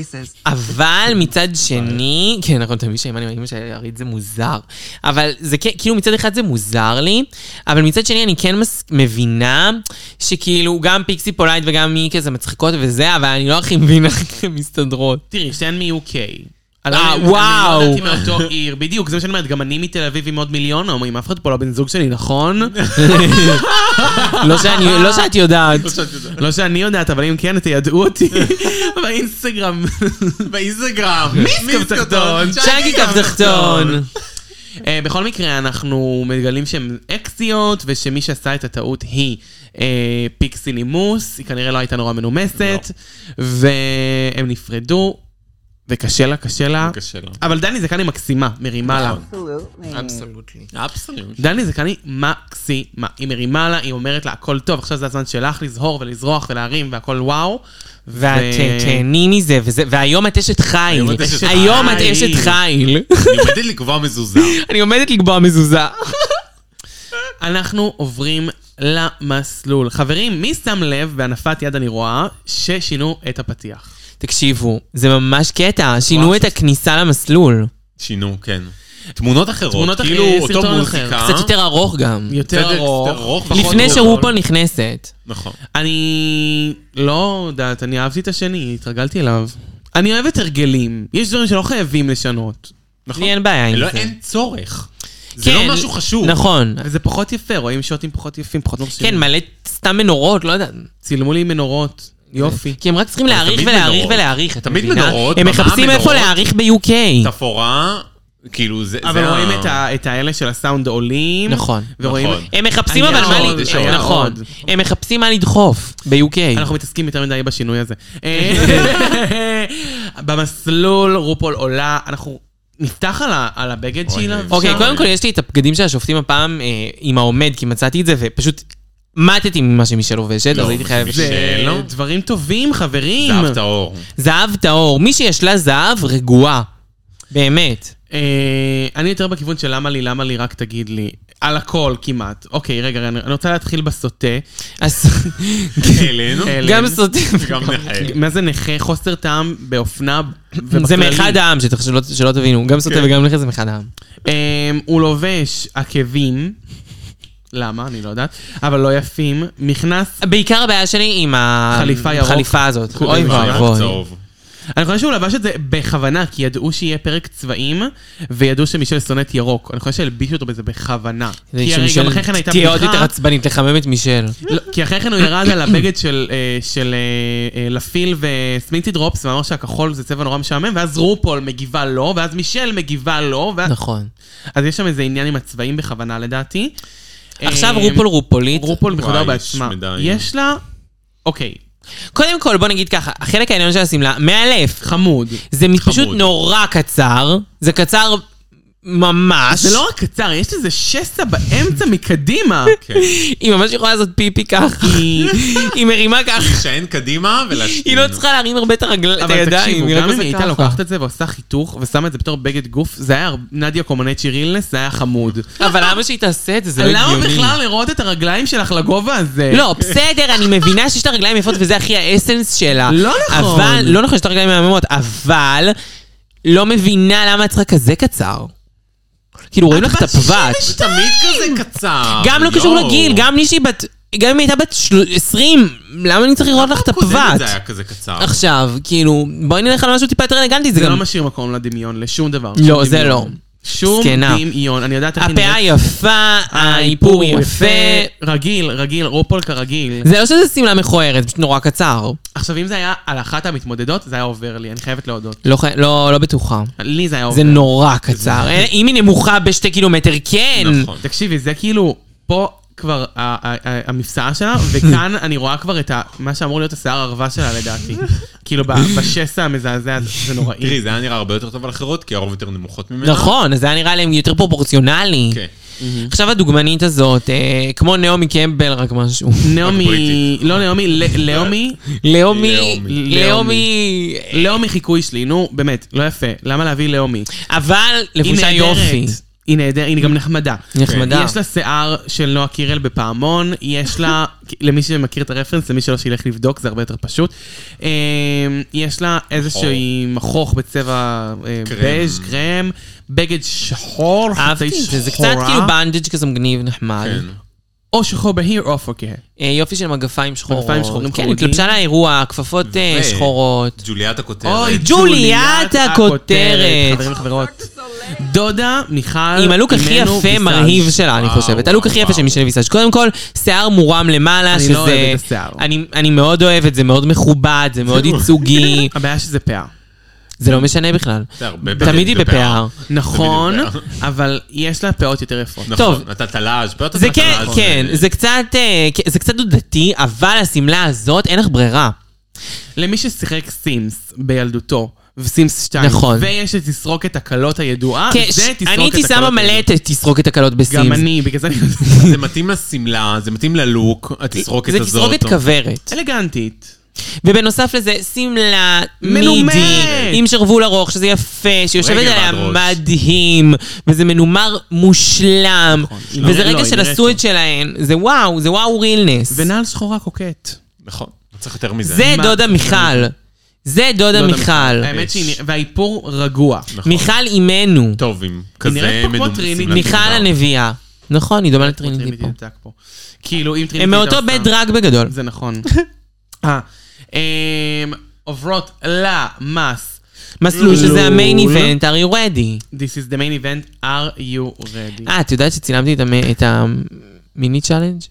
אבל מצד שני, כן, נכון, תמיד שהימנים יודעים שהיריד זה מוזר. אבל זה כן- כאילו מצד אחד זה מוזר לי, אבל מצד שני אני כן מס- מבינה שכאילו גם פיקסי פולייט וגם היא כזה מצחיקות וזה, אבל אני לא הכי מבינה איך הן מסתדרות. תראי, שתיהן מ-UK. אה, אני- וואו. אני לא יודעת אם מאותו עיר, בדיוק, זה מה שאני אומרת, גם אני מתל אביב עם עוד מיליון הומואים, אף אחד פה לא בן זוג שלי, נכון? לא שאני- לא שאת יודעת. לא שאני יודעת, אבל אם כן, תיידעו אותי באינסטגרם. באינסטגרם. מיסקו תחתון. צ'אנקי קו לא, תחתון. אה, בכל מקרה, אנחנו מגלים שהן אקסיות, ושמי שעשה את הטעות היא אה, פיקסי נימוס, היא כנראה לא הייתה נורא מנומסת, והם נפרדו, וקשה לה, קשה לה. קשה לה. אבל דני זקני מקסימה, מרימה לה. אבסולוט. דני זקני מקסימה. היא מרימה לה, היא אומרת לה, הכל טוב, עכשיו זה הזמן שלך לזהור ולזרוח ולהרים והכל וואו. ואת תהני מזה, אה, וזה- והיום את אשת חיל. היום את אשת היום את חיל. אשת חיל. אני עומדת לקבוע מזוזה. אני עומדת לקבוע מזוזה. אנחנו עוברים למסלול. חברים, מי שם לב, בהנפת יד אני רואה, ששינו את הפתיח? תקשיבו, זה ממש קטע, שינו את הכניסה למסלול. שינו, כן. תמונות אחרות, תמונות אחרות, כאילו אה, אותו סרטון מוזיקה. קצת יותר ארוך גם. יותר בסדר, יותר ארוך. ארוך, נכון. פחות לפני גדול. שרופול נכנסת. נכון. אני לא יודעת, אני אהבתי את השני, התרגלתי אליו. אני אוהבת הרגלים, יש דברים שלא חייבים לשנות. נכון. לי אין בעיה עם לא, זה. אין צורך. זה אה, כן, לא משהו חשוב. נכון. וזה פחות יפה, רואים שוטים פחות יפים, פחות מרשימים. כן, מלא סתם מנורות, לא יודעת. צילמו לי מנורות, יופי. כי הם רק צריכים להעריך תמיד ולהעריך מנורות. ולהעריך, את תמיד מבינה? מנורות, הם במה מחפשים איפה מנורות? להעריך ב-UK. תפאורה, כאילו זה... אבל זה רואים ה- את ה- את האלה של הסאונד עולים. נכון. ורואים... נכון. הם מחפשים היה אבל מה... לד- עוד, יש עוד. נכון. הם מחפשים מה לדחוף ב-UK. אנחנו מתעסקים יותר מדי בשינוי הזה. אה, במסלול רופול עולה, אנחנו נפתח על ה- על הבגד אוי, שלה. אוי. אפשר? אוקיי, שם. קודם כל יש לי את הבגדים של השופטים הפעם אה, עם העומד, כי מצאתי את זה, ופשוט מתתי ממה שמישל לובשת, לא, אז הייתי חייב... מישל- זה שאלה. אה, דברים טובים, חברים. זהב טהור. זהב טהור. מי שיש לה זהב, רגועה. באמת. אה, אני יותר בכיוון של למה לי, למה לי, רק תגיד לי. על הכל כמעט. אוקיי, רגע, אני אני רוצה להתחיל בסוטה. אז העלינו. אה, גם סוטים. כן. גם נחל. מה זה נכה? חוסר טעם באופנה זה ובכללי. מאחד העם, שתח- שלא- שלא תבינו. גם סוטה כן. וגם נכס זה מאחד העם. אמ, הוא לובש עקבים. למה? אני לא יודעת. אבל לא יפים. מכנס... בעיקר הבעיה שלי עם חליפה ירוק. החליפה הזאת. אוי אה, ואבוי. צהוב. אני חושב שהוא לבש את זה בכוונה, כי ידעו שיהיה פרק צבעים, וידעו שמישל שונאת ירוק. אני חושב שהלבישו אותו בזה בכוונה. כדי כי הרי שמישל גם אחרי כן הייתה תהיה עוד יותר בדיחה... עצבנית, לחמם את מישל. לא, כי אחרי כן הוא ירד על הבגד של, אה, של אה, אה, לפיל וסמיצי דרופס, ואמר שהכחול זה צבע נורא משעמם, ואז רופול מגיבה לו, ואז מישל מגיבה לו, ואז... נכון. אז יש שם איזה עניין עם הצבעים בכוונה לדעתי. עכשיו אה, רופול רופולית. רופול בכבודה וואי, בעצמה. יש מדי. יש לה... אוקיי, קודם כל, בוא נגיד ככה, החלק העליון של השמלה, מאלף. חמוד. זה פשוט חמוד. נורא קצר. זה קצר ממש. זה לא רק קצר, יש איזה שסע באמצע מקדימה. כן. היא ממש יכולה לעשות פיפי ככה. היא- כאילו. היא מרימה ככה. להישען קדימה ולהשתין. היא לא צריכה להרים הרבה את הרגל- את אבל הידיים. תקשיבו, היא רק גם אם עושה היא הייתה ככה. לוקחת את זה ועושה חיתוך ושמה את זה בתור בגד גוף, זה היה נדיה קומנצ'י רילנס, זה היה חמוד. אבל למה שהיא תעשה את זה? זה לא הגיוני. למה בכלל לראות את הרגליים שלך לגובה הזה? לא, בסדר, אני מבינה שיש לה רגליים יפות וזה הכי האסנס שלה. לא נכון. אבל, לא נכון, יש לה רגליים מהממות, אבל לא מבינה למה את צריכה כזה קצר. כאילו, רואים לך את הפבט. תמיד כזה קצר. גם לא אה, קשור לגיל, גם מישהי בת... גם אם היא הייתה בת של- 20, למה אני צריך לראות לא לך את קודמת הפבט? זה היה כזה קצר. עכשיו, כאילו, בואי נלך על משהו טיפה יותר אלגנטי, זה זה גם... לא משאיר מקום לדמיון, לשום דבר. לא, שום זה דמיון. לא. שום זקנה. דמיון, אני יודעת איך היא הפאה נראית. יפה, האיפור יפה. רגיל, רגיל, רופול כרגיל. זה לא שזה שמלה מכוערת, פשוט נורא קצר. עכשיו, אם זה היה על אחת המתמודדות, זה היה עובר לי, אני חייבת להודות. לא חי- לא לא בטוחה. לי אוקיי. זה היה עובר. זה נורא קצר. אה, אם היא נמוכה בשתי קילומטר, כן. נכון. תקשיבי, זה כאילו, פה כבר ה- ה- ה- המפסעה שלה, וכאן אני רואה כבר את ה- מה שאמור להיות השיער הערווה שלה לדעתי. כאילו, ב- בשסע המזעזע הזה, זה נוראי. תראי, זה היה נראה הרבה יותר טוב על אחרות, כי הרוב יותר נמוכות ממנה. נכון, אז זה היה נראה להם יותר פרופורציונלי. כן. עכשיו הדוגמנית הזאת, אה, כמו נעמי קמבל, רק משהו. נעמי, בריטית. לא נעמי, ל- לאומי, לאומי, לאומי. לאומי, לאומי חיקוי שלי, נו, באמת, לא יפה. למה להביא לאומי? אבל היא לבושה נהדרת. יופי. היא נהדרת, היא גם נחמדה. נחמדה. יש לה שיער של נועה קירל בפעמון, יש לה, למי שמכיר את הרפרנס, למי שלא שילך לבדוק, זה הרבה יותר פשוט. אמ, יש לה איזשהי מכוך בצבע אה, קרם. בז' קרם, בגד שחור, אהבתי חצי את זה, זה קצת שחורה, כאילו בנדג' כזה מגניב, נחמד. כן. או שחור בהיר או אפור כהה. אה, יופי של מגפיים שחורות. מגפיים שחורים כן, חורים. התלבשה לאירוע, כפפות אה, ו- שחורות. ג'וליאת הכותרת. אוי, ג'וליית הכותרת. חברים וחברות. דודה, מיכל, עם הלוק הכי אימנו יפה, ויסאז'. מרהיב שלה, אני וואו, חושבת. הלוק הכי וואו, יפה של מישל ויסאז'. קודם כל, שיער מורם למעלה, אני שזה... לא אוהב את השיער. אני- אני מאוד אוהבת, זה מאוד מכובד, זה מאוד ייצוגי, הבעיה שזה פאה. זה לא משנה בכלל. זה הרבה תמיד היא בגדים בפער. נכון, בדיוק אבל יש לה פאות יותר יפות. נכון, טוב. אתה תל"ש, פיות זה אתה כן, תל"ש, כן, זה קצת, אה, כן, זה קצת דתי, אבל השמלה הזאת, אין לך ברירה. אה, למי ששיחק סימס בילדותו, וסימס 2, נכון. ויש את תסרוקת הקלות הידועה, כן, ש- זה תסרוקת הקלות. אני הייתי שמה מלא הידועה. את תסרוקת הקלות בסימס. גם אני, בגלל זה אני... זה מתאים לשמלה, זה מתאים ללוק, התסרוקת זה הזאת. תסרוקת כוורת. אלגנטית. ובנוסף לזה, שמלה, מנומק. מידי, עם שרוול ארוך, שזה יפה, שיושבת רגל עליה ועד ראש. מדהים, וזה מנומר מושלם, וזה לא, רגע היא של נראית הסוויד שלהם, זה וואו, זה וואו רילנס. ונעל שחורה קוקט. נכון, לא צריך יותר מזה. זה מה? דודה מיכל. זה דודה מיכל. לא האמת שהיא... נ- והאיפור רגוע. נכון. מיכל אימנו. טוב, עם כזה נראית פה כמו מנומסים טרינית. לנו מיכל כבר. הנביאה. נכון, היא דומה לטריניטי טריניטי פה. נדלק פה. כאילו, אם טריניטי... הם מאותו הייתה בית עושה- דרג בגדול. זה נכון. אה, אמ, עוברות למס. מסלול שזה המיין לול. איבנט, are you ready? This is the main event, are you ready? אה, את יודעת שצילמתי את המ- את המיני צ'אלנג'?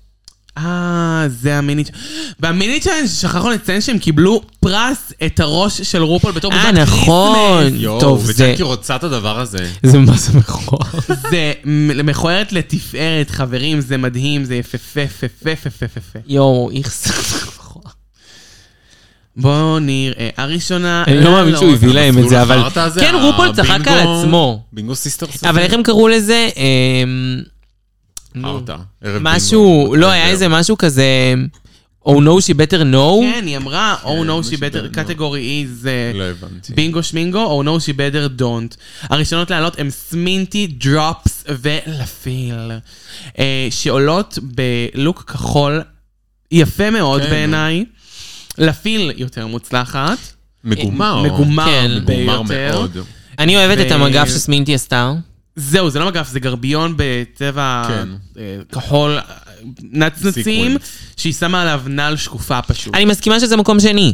אה, זה המיני צ'אלנג'. והמיני צ'אלנג' שכחנו לציין שהם קיבלו פרס את הראש של רופול בתור אה, מוזיקת נכון. כריסמס. יואו, טוב, זה- וג'קי רוצה את הדבר הזה. זה מה זה מכוער. זה מ- מכוערת לתפארת, חברים, זה מדהים, זה יפהפה, יפהפה, יפהפה, יפהפה. יואו, איכס. מכוער. בואו נראה. הראשונה... אני לא מאמין לעלות. שהוא הביא להם את זה, אבל... מסלול החרטא הזה, כן, רופול צחק הבינגו- על עצמו. בינגו סיסטרס. אבל איך הם קראו לזה? אמ, נו, חרטא. אה, ערב משהו, בינגו. לא, היה איזה משהו כזה... Oh no, she better know. כן, היא אמרה, Oh no, she מישהו better, better category is... אה, לא הבנתי. בינגו שמינגו, Oh no, she better don't. הראשונות לעלות הן סמינטי, דרופס ולפיל, אה, שעולות בלוק כחול יפה מאוד כן. בעיניי. לפיל יותר מוצלחת, מגומר. מגומר כן. מגומר ביותר. מאוד. אני אוהבת את ו- המגף שסמינתי עשתה. זהו, זה לא מגף, זה גרביון בצבע כן. אה, כחול אה, נצנצים, סיקוונס. שהיא שמה עליו נעל שקופה פשוט. אני מסכימה שזה מקום שני.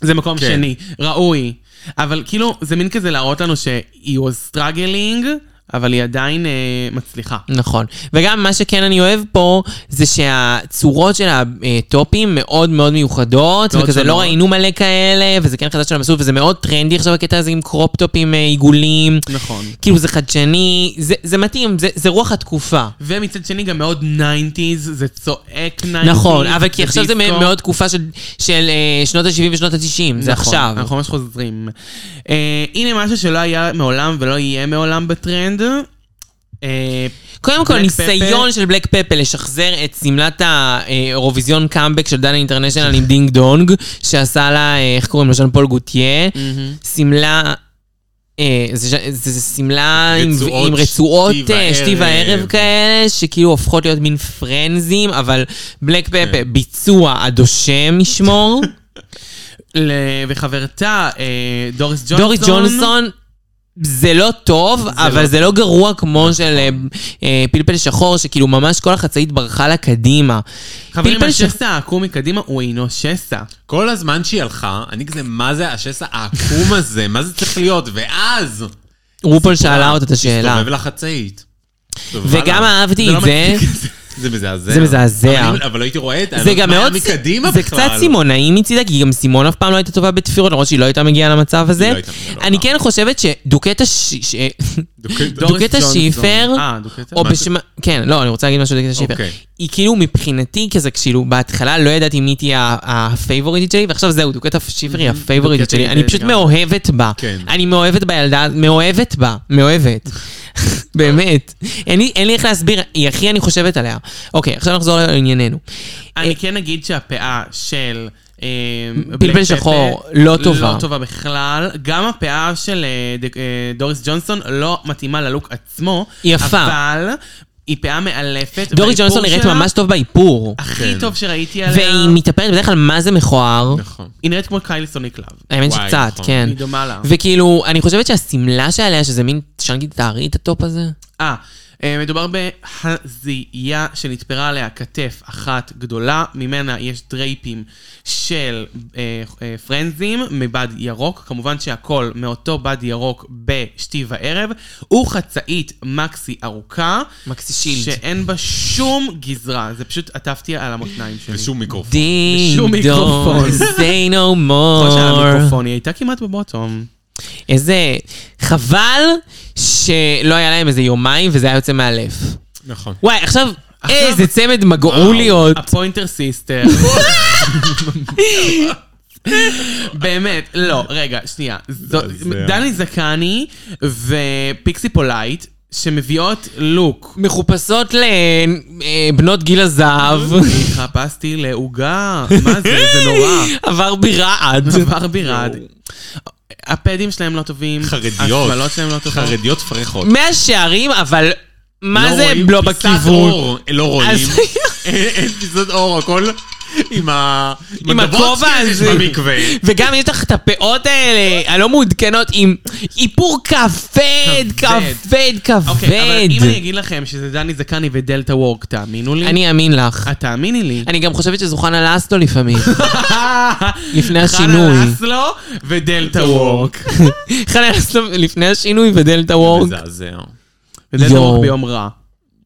זה מקום כן. שני, ראוי. אבל כאילו, זה מין כזה להראות לנו שהיא was struggling, אבל היא עדיין אה, מצליחה. נכון. וגם מה שכן אני אוהב פה, זה שהצורות של הטופים מאוד מאוד מיוחדות, מאוד וכזה לא שונות. ראינו מלא כאלה, וזה כן חדש של המסלול, וזה מאוד טרנדי עכשיו הקטע הזה עם קרופ-טופים אה, עיגולים. נכון. כאילו זה חדשני, זה, זה מתאים, זה, זה רוח התקופה. ומצד שני גם מאוד 90's, זה צועק 90's. נכון, אבל כי עכשיו זה דיסקו. מאוד תקופה של, של אה, שנות ה-70 ושנות ה-90, זה נכון, עכשיו. אנחנו ממש חוזרים. אה, הנה משהו שלא היה מעולם ולא יהיה מעולם בטרנד, איילנד. אה, קודם כל, Black ניסיון של בלק פפל לשחזר את שמלת האירוויזיון קאמבק של דנה אינטרנשיונל עם דינג דונג, שעשה לה, אה, איך קוראים לו? ז'אן פול גוטייה. מהמם. שמלה... אה, זה ז'- זה זה שמלה עם- רצועות עם רצועות שתי אה, שתי וערב. וערב כאלה, שכאילו הופכות להיות מין פרנזים, אבל בלק פפר, ביצוע הדושם ישמור. ל- וחברתה, אה, דוריס ג'ונסון. דוריס ג'ונסון, זה לא טוב, אבל זה לא גרוע כמו של אה, אה, פלפל שחור, שכאילו ממש כל החצאית ברחה לה קדימה. חברים, פלפל שח- השסע העקום מקדימה הוא אינו שסע. כל הזמן שהיא הלכה, אני כזה, מה זה השסע העקום הזה? מה זה צריך להיות? ואז... רופול שאלה אותה את השאלה. הסתובב לה חצאית. לא, וגם אהבתי את זה. לא זה מזעזע. זה מזעזע. אבל אני- אבל לא הייתי רואה את זה. זה גם מאוד, זה מקדימה זה בכלל. קצת סימונאי מצידה, כי גם סימון אף פעם לא הייתה טובה בתפירות, למרות שהיא לא הייתה מגיעה למצב הזה. לא הייתה מגיעה לעולם. אני כן חושבת שדוקטה ש- ש- דוקטה- דוריס דוקטה ג'ונסון. שיפר, אה, דוקטה. או מה זה? בשמה, כן, לא, אני רוצה להגיד משהו על דוקטה שיפר. אוקיי. היא כאילו מבחינתי כזה, כאילו בהתחלה לא ידעתי מי תהיה ה- הפייבוריטית שלי, ועכשיו זהו, דוקטה שיפר היא הפייבוריטית דוקטה שלי. היא אני פשוט לגמרי. מאוהבת בה. כן. אני מאוהבת בילדה, מאוהבת בה, מאוהבת. באמת. אין לי- אין לי איך להסביר, היא הכי אני חושבת עליה. אוקיי, עכשיו נחזור לענייננו. אה, אני כן אגיד שהפאה של... אה, פלפל בלק שחור, פפר לא טובה. לא טובה בכלל. גם הפאה של אה, ד- אה, דוריס ג'ונסון לא מתאימה ללוק עצמו. היא יפה. אבל היא פאה מאלפת. דורי והאיפור ג'ונסון נראית שלה ממש טוב באיפור. הכי כן. טוב שראיתי עליה. והיא מתאפרת בדרך כלל מה זה מכוער. נכון. היא נראית כמו קיילי סוניק לאב. האמת וואי, שקצת, נכון. כן. היא דומה לה. וכאילו, אני חושבת שהשמלה שעליה, שזה מין, אפשר להגיד, תארי את הטופ הזה? אה, אה, מדובר בהזייה שנתפרה עליה כתף אחת גדולה, ממנה יש דרייפים של אה, אה, פרנזים מבד ירוק, כמובן שהכל מאותו בד ירוק בשתי וערב, וחצאית מקסי ארוכה. מקסי שילד. שאין בה שום גזרה, זה פשוט עטפתי על המותניים שלי. כן. ושום מיקרופון. דינג ושום דונג, מיקרופון. say no כמו שהיה more. המיקרופון, היא הייתה כמעט בבוטום. איזה חבל שלא היה להם איזה יומיים וזה היה יוצא מאלף. נכון. וואי, עכשיו, עכשיו- איזה צמד מגעוליות. הפוינטר סיסטר. באמת, לא, רגע, שנייה. זו- מזעזע. דני זקני ופיקסי פולייט, שמביאות לוק. מחופשות לבנות גיל הזהב. התחפשתי לעוגה, מה זה, זה נורא. עבר בי רעד. עבר בירד. הפדים שלהם לא טובים. חרדיות. השמלות שלהם לא טובות. חרדיות פרחות. מאה שערים, אבל מה לא זה רואים לא פיסת בכיוון? אור, לא רואים. אז- אין אין פיסת אור, הכל עם ה... עם הדבות הכובע שיש הזה. במקווה. וגם יש לך את הפאות האלה, הלא מעודכנות, עם איפור כבד, כבד, אוקיי, אבל אם אני כבד. אגיד לכם שזה דני זקני ודלתה וורק, תאמינו לי? אני אאמין לך. את תאמיני לי. אני גם חושבת שזו חנה לסלו לפעמים, לפני השינוי. חנה לסלו ודלתה וורק. חנה לסלו לפני השינוי ודלתה וורק. מזעזע. ודלתה יואו. וורק ביום רע.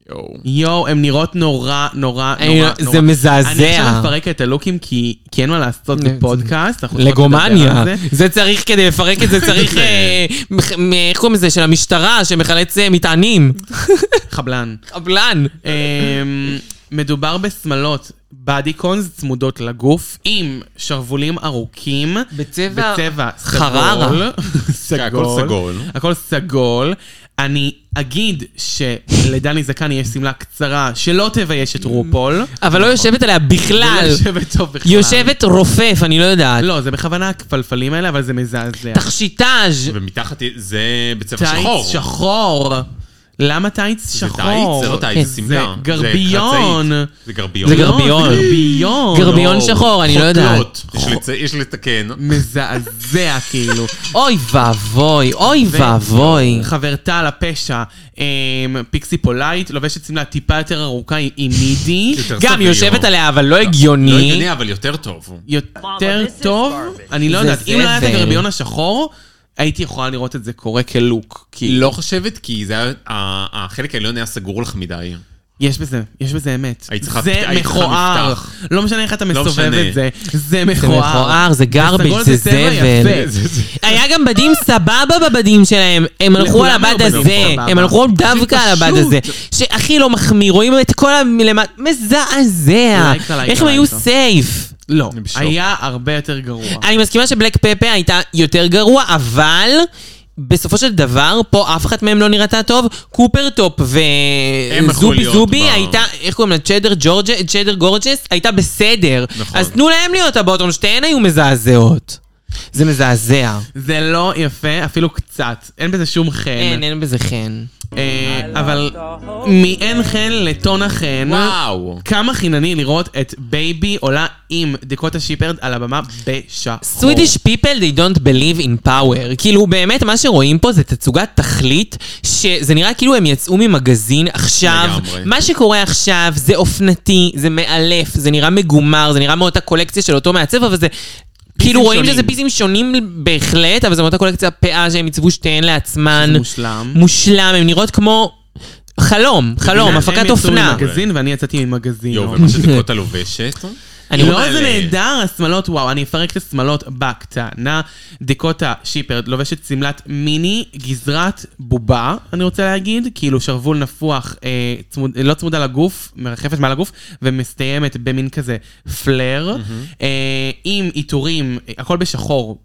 יואו. יואו, הן נראות נורא, נורא, אני נורא, לא- נורא. זה מזעזע. אני עכשיו מפרק את הלוקים כי כי אין מה לעשות זה- בפודקאסט. אנחנו צריכות לדבר לגומניה. על זה. זה צריך, כדי לפרק את זה, צריך, אה, מח- מ- איך קוראים לזה, של המשטרה, שמחלץ אה, מטענים. חבלן. קבלן. אמ, מדובר בשמלות בדיקונס צמודות לגוף עם שרוולים ארוכים. בצבע... בצבע סגול. חררה. כן, הכל סגול. הכל סגול. אני אגיד שלדני זקני יש שמלה קצרה שלא תבייש את רופול. אבל לא יושבת עליה היא בכלל. נכון. לא יושבת טוב בכלל. היא יושבת רופף, אני לא יודעת. לא, זה בכוונה הכפלפלים האלה, אבל זה מזעזע. תכשיטאז' ומתחת זה בצבע שחור. טייץ שחור. למה טייץ שחור? זה טייץ, זה לא טייץ, כן. זה שמלה. זה גרביון. חצאית. זה גרביון. זה לא, גרביון. זה גרביון. גרביון. שחור, אני לא יודעת. חוטלות. יש לצ- יש לתקן. מזעזע כאילו. אוי ואבוי, אוי ואבוי. חברתה לפשע, אמ, פיקסי פולייט, לובשת שמלה טיפה יותר ארוכה עם- עם מידי. יותר גם סביר. יושבת עליה, אבל לא לא הגיוני. הגיוני, אבל יותר טוב. יותר טוב, אני לא זה יודעת, אם לא היה את זבל. הגרביון השחור, הייתי יכולה לראות את זה קורה כלוק. כאילו. כי לא חושבת, כי זה היה... ה- החלק העליון היה סגור לך מדי. יש בזה, יש בזה אמת. היית צריכה- זה היית צריכה מכוער. מפתח. לא משנה איך אתה מסובב משנה. את זה, זה זה מכוער. מכוער, זה סגול, גרביץ', זה צבע זבל. יפה. זה- זה- היה גם בדים סבבה בבדים שלהם, הם הלכו על לכולם הבד היו בדים הזה, סבבה. הם הלכו דווקא על הבד פשוט. הזה, שהכי לא מחמיא, רואים את כל המלמד, מזעזע, לייק עליי, איך הם לייק היו עליי. סייף. לא, אני בשוק. היה הרבה יותר גרוע. אני מסכימה שבלק פפר הייתה יותר גרוע, אבל בסופו של דבר, פה אף אחת מהם לא נראתה טוב. קופרטופ הם יכלו וזובי להיות זובי ב- הייתה, איך קוראים לה? צ'דר ג'ורג'ה- צ'דר גורג'ס? הייתה בסדר. נכון. אז תנו להם להיות הבוטום, שתיהן היו מזעזעות. זה מזעזע. זה לא יפה, אפילו קצת. אין בזה שום חן. אין, אין בזה חן. אה, אבל מאין חן לטונה חן. וואו. כמה חינני לראות את בייבי עולה עם דקוטה שיפרד על הבמה בשחור. Swedish people they don't believe in power. כאילו באמת מה שרואים פה זה תצוגת תכלית, שזה נראה כאילו הם יצאו ממגזין עכשיו. לגמרי. מה שקורה עכשיו זה אופנתי, זה מאלף, זה נראה מגומר, זה נראה מאותה קולקציה של אותו מעצב, אבל זה... כאילו רואים שונים. שזה פיסים שונים בהחלט, אבל זה מאותה קולקציה פאה שהם עיצבו שתיהן לעצמן. זה מושלם. מושלם, הם נראות כמו חלום, חלום, הם הפקת יצאו אופנה. ממגזין ואני יצאתי ממגזין. אוקיי. יואו, ומה שדקות הלובשת? אני רואה- לא, זה אבל- נהדר, השמלות, וואו, אני אפרק את השמלות בקטנה. דקוטה שיפרד לובשת שמלת מיני, גזרת בובה, אני רוצה להגיד, כאילו שרוול נפוח, אה, צמוד, לא צמודה לגוף, מרחפת מעל הגוף, ומסתיימת במין כזה פלר, אה, עם עיטורים, אה, הכל בשחור.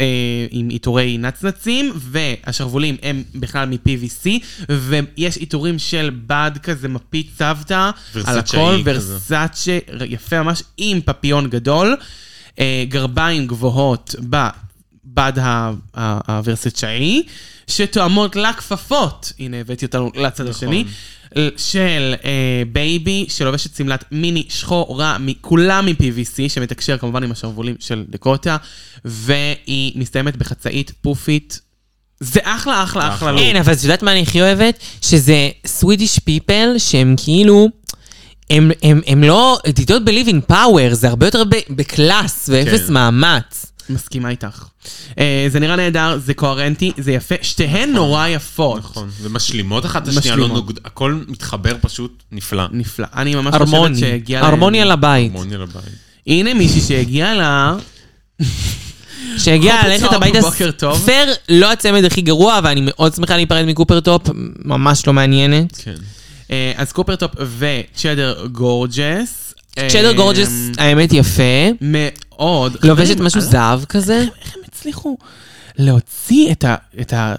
אה, עם עיטורי נצנצים, והשרוולים הם בכלל מ-PVC, ויש עיטורים של בד כזה מפית סבתא, על ורסצ'אי הכל, כזה. ורס... סאצ'ה יפה ממש, עם פפיון גדול, אה, גרביים גבוהות בבד ה- ה- הוורסצ'אי, שתואמות לכפפות, הנה הבאתי אותנו לצד השני, של אה, בייבי, שלובשת שמלת מיני שחורה, מ- כולה מ-PVC, שמתקשר כמובן עם השרוולים של דקוטה, והיא מסתיימת בחצאית פופית. זה אחלה, אחלה, אחלה. אחלה. לוק. אין, אבל את יודעת מה אני הכי אוהבת? שזה סווידיש פיפל שהם כאילו... הם, הם, הם לא, they don't believe in power, זה הרבה יותר ב, בקלאס ואפס כן. מאמץ. מסכימה איתך. אה, זה נראה נהדר, זה קוהרנטי, זה יפה, שתיהן נורא יפות. נכון. ומשלימות אחת את השנייה, לא משלימות. נוגד... הכל מתחבר פשוט נפלא. נפלא. אני ממש חושבת הרמוני, שהגיע להם. הרמוני על הבית. מוני לבית. הנה מישהי שהגיעה לה... שהגיע קופר ללכת טופ, הביתה, בוקר טוב. פייר לא הצמד הכי גרוע, אבל אני מאוד שמחה להיפרד מקופרטופ, ממש לא מעניינת. כן. אה, אז קופרטופ וצ'דר גורג'ס. אמ, אה, צ'דר גורג'ס, האמת יפה, מאוד. לובשת חברים, משהו אה? אני לא זהב כזה. יודעת איך הם הצליחו להוציא את ה... את ה...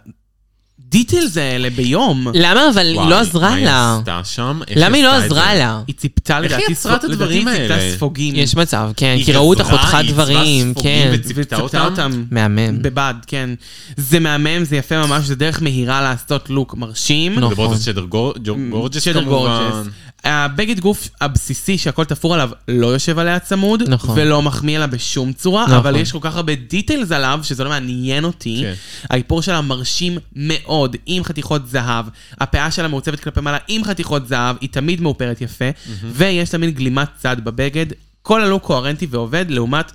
דיטלס האלה ביום. למה אבל היא וואי, לא עזרה מה לה? היא עשתה שם? איך למה היא לא עשתה את עזרה זה? לה? היא ציפתה איך לדעתי... היא יצרה את ספוג- הדברים לדעתי היא האלה? ציפתה ספוגים. יש מצב, כן, כי היא ראו אותך גזרה, חותכה היא דברים, עיצבה ספוגים כן. וציפתה אותם. מהמם. בבד, כן. זה מהמם, זה יפה ממש, זה דרך מהירה לעשות לוק מרשים. נו. מדברות נכון. על שדר גור- ג'ו- גורג'ס שדר כמובן. גורג'ס. הבגד גוף הבסיסי שהכל תפור עליו לא יושב עליה צמוד, נכון. ולא מחמיא לה בשום צורה, נכון. אבל יש כל כך הרבה דיטיילס עליו, שזה לא מעניין אותי. כן. האיפור שלה מרשים מאוד, עם חתיכות זהב. הפאה שלה מעוצבת כלפי מעלה עם חתיכות זהב, היא תמיד מאופרת יפה, ויש לה מין גלימת צד בבגד. כל הלוק קוהרנטי ועובד, לעומת...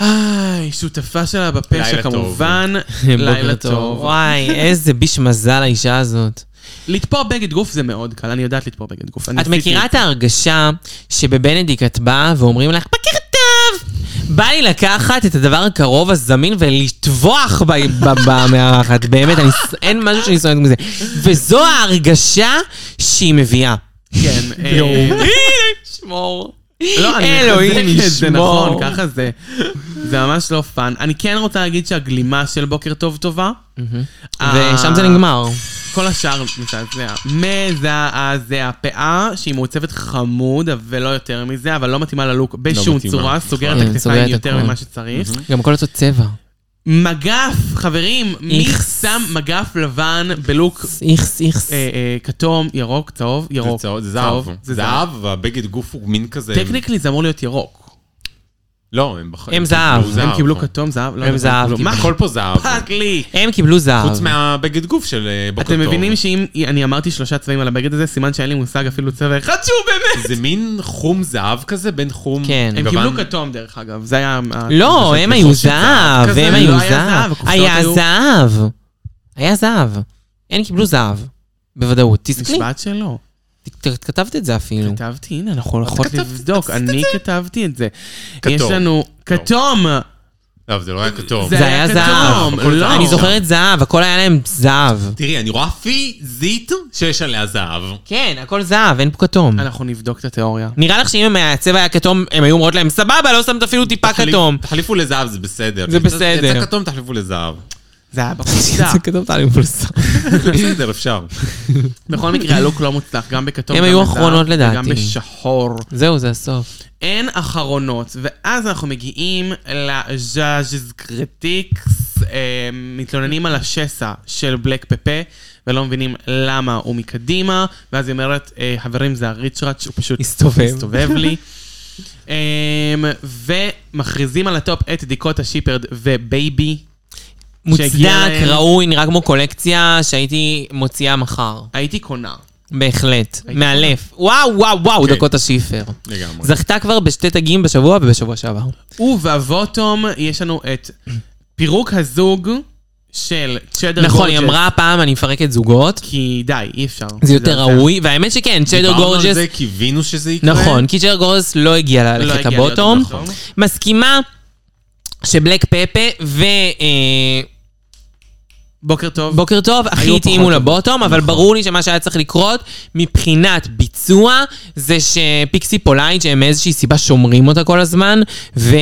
איי, שותפה שלה בפשע לילה טוב. כמובן. בוקר טוב. וואי, איזה ביש מזל האישה הזאת. לתפור בגד גוף זה מאוד קל, אני יודעת לתפור בגד גוף. אני את ניסיתי. מכירה את ההרגשה שבבנדיק את באה ואומרים לך, בקר טוב! בא לי לקחת את הדבר הקרוב הזמין ולטבוח ב- ב- במארחת, באמת, אני, ס- אין משהו שאני שונאת מזה. וזו ההרגשה שהיא מביאה. כן. אה, שמור. לא, אני אלוהים מחזק את זה ישמור. נכון, ככה זה. זה ממש לא פאן. אני כן רוצה להגיד שהגלימה של בוקר טוב טובה. אה, ושם זה נגמר. כל השאר מזעזע. מזעזע. פאה שהיא מעוצבת חמוד, ולא יותר מזה, אבל לא מתאימה ללוק בשום מתאימה, צורה. נכון. סוגרת כן, את הכתפיים סוגרת יותר הכל. ממה שצריך. גם כל אותו צבע. מגף, חברים, מי איכס. שם מגף לבן בלוק איכס, איכס. אה, אה, כתום, ירוק, צהוב, ירוק. זה צהוב- זה זהב. צהוב, זה זהב, והבגד גוף הוא מין כזה... טכניקלי זה אמור להיות ירוק. לא, הם בחיים. הם זהב. קיבלו הם קיבלו נכון. כתום, זהב, לא הם יודע, זהב, קיבלו- מה, מה הכל פה זהב. אכפת לי? הם קיבלו זהב. חוץ מהבגד גוף של אה, בוקר טוב. אתם מבינים שאם אני אמרתי שלושה צבעים על הבגד הזה, סימן שאין לי מושג אפילו צבע אחד שהוא באמת. זה מין חום זהב כזה, בין חום... כאילו כן. הם גוון- קיבלו כתום דרך אגב, אה, זה היה... ה- לא, הם היו של זהב זהב, כזה, הם לא היו היה זהב, זהב. הקופסאות היה היו- זהב. היה זהב. הם קיבלו זהב. בוודאות. תסתכלי. נשבעת שלא. ת- ת- כתבת את זה אפילו. כתבתי, הנה, אנחנו הולכות כתבת- לבדוק, אני כתבתי את זה. כתום. יש לנו... כתום! לא, זה לא היה כתום. זה היה כתום, זהב. לא. אני זוכרת זהב, הכל היה להם זהב. תראי, אני רואה פיזית שיש עליה זהב. כן, הכל זהב, אין פה כתום. אנחנו נבדוק את התיאוריה. נראה לך שאם הצבע היה כתום, הם היו אומרות להם, סבבה, לא שמת אפילו טיפה תחליף- כתום. תחליפו לזהב, זה בסדר. זה בסדר. יצא כתום, תחליפו לזהב. זה היה בקבוצה. זה כתוב לי מפולסם. בסדר, אפשר. בכל מקרה, הלוק לא מוצלח, גם בכתוב. הם גם היו בזהב, אחרונות לדעתי. וגם בשחור. זהו, זה הסוף. אין אחרונות, ואז אנחנו מגיעים לז'אז'ז קריטיקס, אה, מתלוננים על השסע של בלק פפה, ולא מבינים למה הוא מקדימה, ואז היא אומרת, אה, חברים, זה הריצ'ראץ', הוא פשוט הסתובב. הסתובב לי. אה, ומכריזים על הטופ את דיקוטה שיפרד ובייבי. שהגיע מוצדק, להם. ראוי, נראה כמו קולקציה שהייתי מוציאה מחר. הייתי קונה. בהחלט. מאלף. וואו, וואו, וואו, כן. אוקיי. דקות השיפר. לגמרי. זכתה כבר בשתי תגים בשבוע ובשבוע שעבר. ובבוטום יש לנו את פירוק הזוג של צ'דר נכון, גורג'ס. היא אמרה פעם, אני מפרקת זוגות. כי די, אי אפשר. זה יותר ראוי, והאמת שכן, צ'דר דיברנו על גורג'ס... זה, כן. קיווינו שזה יקרה. נכון, כי צ'דר גורג'ס לא הגיעה ללכת הגיע להיות הבוטום. בבוטום. מסכימה שבלק פפה ובוקר בוקר טוב. טוב הכי היו התאימו פחות לבוטום, אבל ברור לי שמה שהיה צריך לקרות מבחינת ביצוע זה שפיקסי פולייט, שהם מאיזושהי סיבה שומרים אותה כל הזמן, דני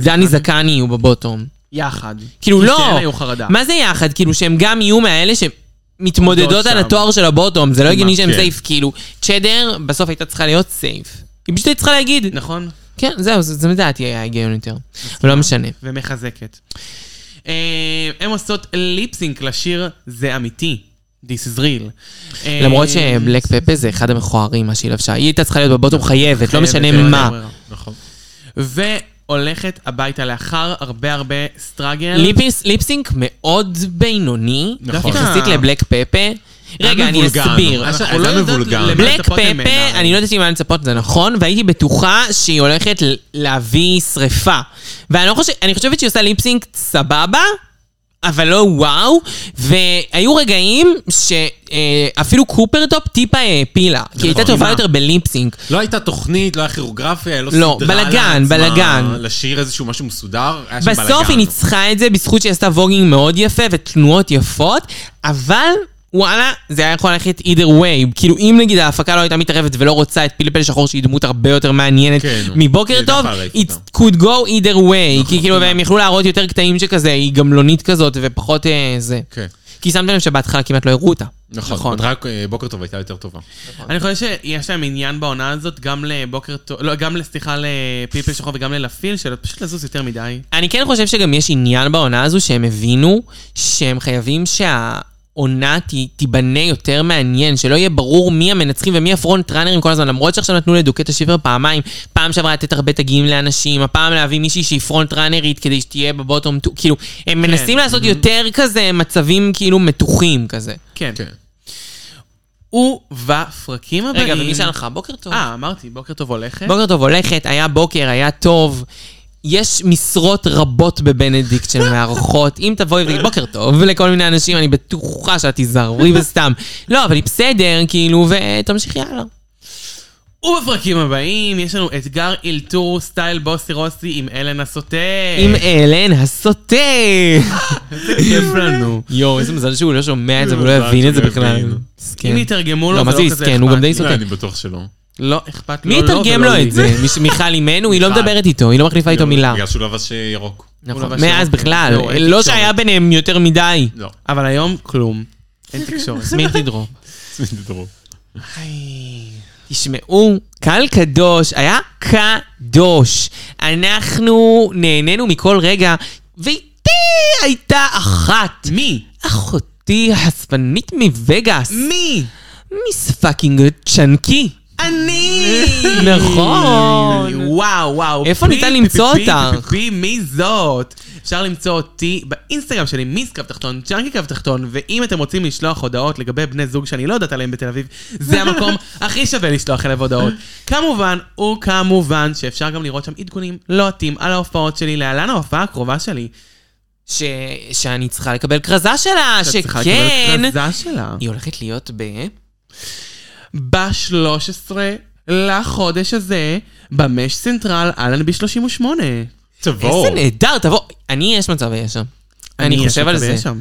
ודני זקני. זקני יהיו בבוטום. יחד. כאילו כי לא. שתיהן היו חרדה. מה זה יחד? כאילו שהם גם יהיו מאלה שמתמודדות עובדות על שם. התואר של הבוטום, זה לא הגיוני שהם כן. סייף, כאילו, צ'דר בסוף הייתה צריכה להיות סייף. היא פשוט הייתה צריכה להגיד, נכון? כן, זהו, זה זה לדעתי היה הגיון יותר. אבל לא משנה. ומחזקת. אה, הן עושות ליפסינק לשיר זה אמיתי. This is real. אה, למרות שבלק פפה זה אחד המכוערים, מה שהיא לבשה. היא הייתה צריכה להיות בבוטום חייבת, לא אה, חייבת, אה, משנה אין מה. ברירה. נכון. והולכת הביתה לאחר הרבה הרבה סטראגל. ליפיס- ליפסינק מאוד בינוני, נכון. יחסית לבלק פפה. רגע, אני מבולגן. אסביר. אה, אה. אנחנו היה לא יודעות מבולגן. למה בלק לצפות ממנה, פפה, אבל- אני לא יודעת אם היה לצפות, זה נכון, והייתי בטוחה שהיא הולכת ל- להביא שריפה. ואני לא חושבת, אני חושבת שהיא עושה ליפסינק סבבה, אבל לא וואו, והיו רגעים שאפילו קופרטופ טיפה העפילה, כי היא הייתה נכון, טובה מה? יותר בליפסינק. לא הייתה תוכנית, לא היה כירוגרפיה, לא לא, סידרה בלגן, לעצמה בלגן. לשיר איזשהו משהו מסודר, היה שם בסוף בלגן. היא ניצחה את זה בזכות שהיא עשתה ווגינג מאוד יפה ותנועות יפות, אבל... וואלה, זה היה יכול ללכת either way. כאילו, אם נגיד ההפקה לא הייתה מתערבת ולא רוצה את פלפל שחור, שהיא דמות הרבה יותר מעניינת כן, מבוקר היא גם טוב, מערבת it אותה. could go either נכון, way. כי כאילו, והם יכלו להראות יותר קטעים שכזה, היא גמלונית כזאת ופחות אה, זה. כן. כי שמתם לב שבהתחלה כמעט לא הראו אותה. נכון, רק אה, בוקר טוב הייתה יותר טובה. אני חושב שיש להם עניין בעונה הזאת, גם לבוקר טוב, לא, גם סליחה לפלפל שחור וגם ללפיל, של פשוט לזוז יותר מדי. אני כן חושב שגם יש עניין בעונה הזו שהם הבינו שהם חייבים שהעונה ת, תיבנה יותר מעניין, שלא יהיה ברור מי המנצחים ומי הפרונט ראנרים כל הזמן, למרות שעכשיו נתנו לדוקט השיפר פעמיים, פעם שעברה לתת הרבה תגים לאנשים, הפעם להביא מישהי שהיא פרונט ראנרית כדי שתהיה בבוטום, טו- כאילו, הם מנסים לעשות יותר כזה מצבים כאילו מתוחים כזה. כן. כן. ובפרקים הבאים... רגע, ומי שאל לך? בוקר טוב. אה, אמרתי, בוקר טוב הולכת. בוקר טוב הולכת, היה בוקר, היה טוב. יש משרות רבות בבנדיקט שהן מארחות. אם תבואי ותגיד בוקר טוב לכל מיני אנשים, אני בטוחה שאת תיזהרי וסתם. לא, אבל היא בסדר, כאילו, ותמשיכי הלאה. ובפרקים הבאים יש לנו אתגר אילתור סטייל בוסי רוסי עם אלן הסוטה. עם אלן הסוטה. כיף לנו. יואו, איזה מזל שהוא לא שומע את זה והוא לא מזל יבין את זה שהוא לא בכלל. יבין. מסכן. אם יתרגמו לא, לו, מה זה זה לא כזה יסכן? הוא גם די אכפת. לא, סוטה. אני בטוח שלא. לא אכפת לו. מי לא, יתרגם ולא לו לי. את זה? מיש- מיכל אימנו, היא לא מיכל. מדברת איתו, היא לא מחליפה איתו מילה. בגלל שהוא לבש אה, ירוק. הוא נכון, לבש מאז ירוק. בכלל. לא, אין לא תקשורת. שהיה ביניהם יותר מדי. לא. אבל היום כלום. אין תקשורת. מי תדרום. תדברו. תשמעו, קהל קדוש היה קדוש. אנחנו נהנינו מכל רגע, ואיתי הייתה אחת. מי? אחותי החשפנית מווגאס. מי? מיס פאקינג צ'נקי. אני! נכון. וואו, וואו. איפה פי, ניתן פי, למצוא פי, פי, אותך? פי, פי, מי זאת? אפשר למצוא אותי באינסטגרם שלי, מיס קו תחתון, ג'אנקי קו תחתון, ואם אתם רוצים לשלוח הודעות לגבי בני זוג שאני לא יודעת עליהם בתל אביב, זה המקום הכי שווה לשלוח אליו הודעות. כמובן, וכמובן שאפשר גם לראות שם עדכונים לוהטים על ההופעות שלי, להלן ההופעה הקרובה שלי. ש... שאני צריכה לקבל כרזה שלה, שאת צריכה שכן... לקבל כרזה שלה. היא הולכת להיות ב... ב-13 לחודש הזה, במש סנטרל, אלנבי 38. תבואו. איזה נהדר, תבוא. אני, יש מצב ויש שם. יש אני חושב לי על את הבעיה זה. שם.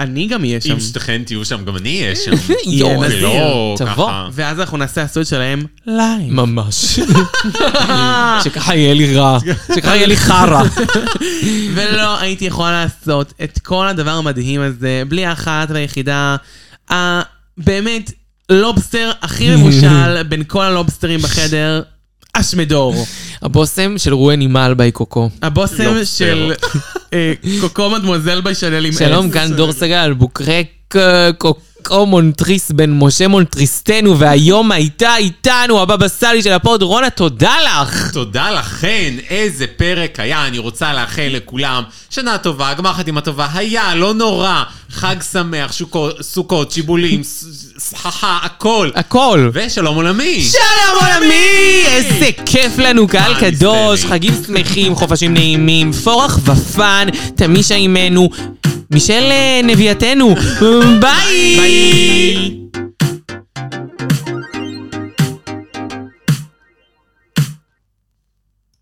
אני גם אהיה שם. אם שתיכן תהיו שם, גם אני אהיה שם. יואו, יהיה זה לא נדיר. תבוא. ככה. ואז אנחנו נעשה הסוד שלהם לייב. ממש. שככה יהיה לי רע, שככה יהיה לי חרא. ולא הייתי יכולה לעשות את כל הדבר המדהים הזה, בלי האחת והיחידה, ה- באמת, לובסטר הכי מבושל בין כל הלובסטרים בחדר, אשמדור. הבושם של רואן עימל ביי קוקו. הבושם לובסטר. של אה, קוקו מדמוזל בשנל עם שלום, עץ. כאן דור סגל, בוקרק אה, קוקו מונטריס בן משה מונטריסטנו, והיום הייתה איתנו הבבא סאלי של הפוד. רונה, תודה לך! תודה לכן, איזה פרק היה. אני רוצה לאחל לכולם שנה טובה, גמר חתימה טובה, היה, לא נורא, חג שמח, שוקו- סוכות, שיבולים, ס- סככה, הכל. הכל! ושלום עולמי. שלום עולמי! איזה כיף לנו, קהל חג קדוש, ישראלי. חגים שמחים, חופשים נעימים, פורח ופאן, תמישה עימנו, מישל אה, נביאתנו, ביי! ביי.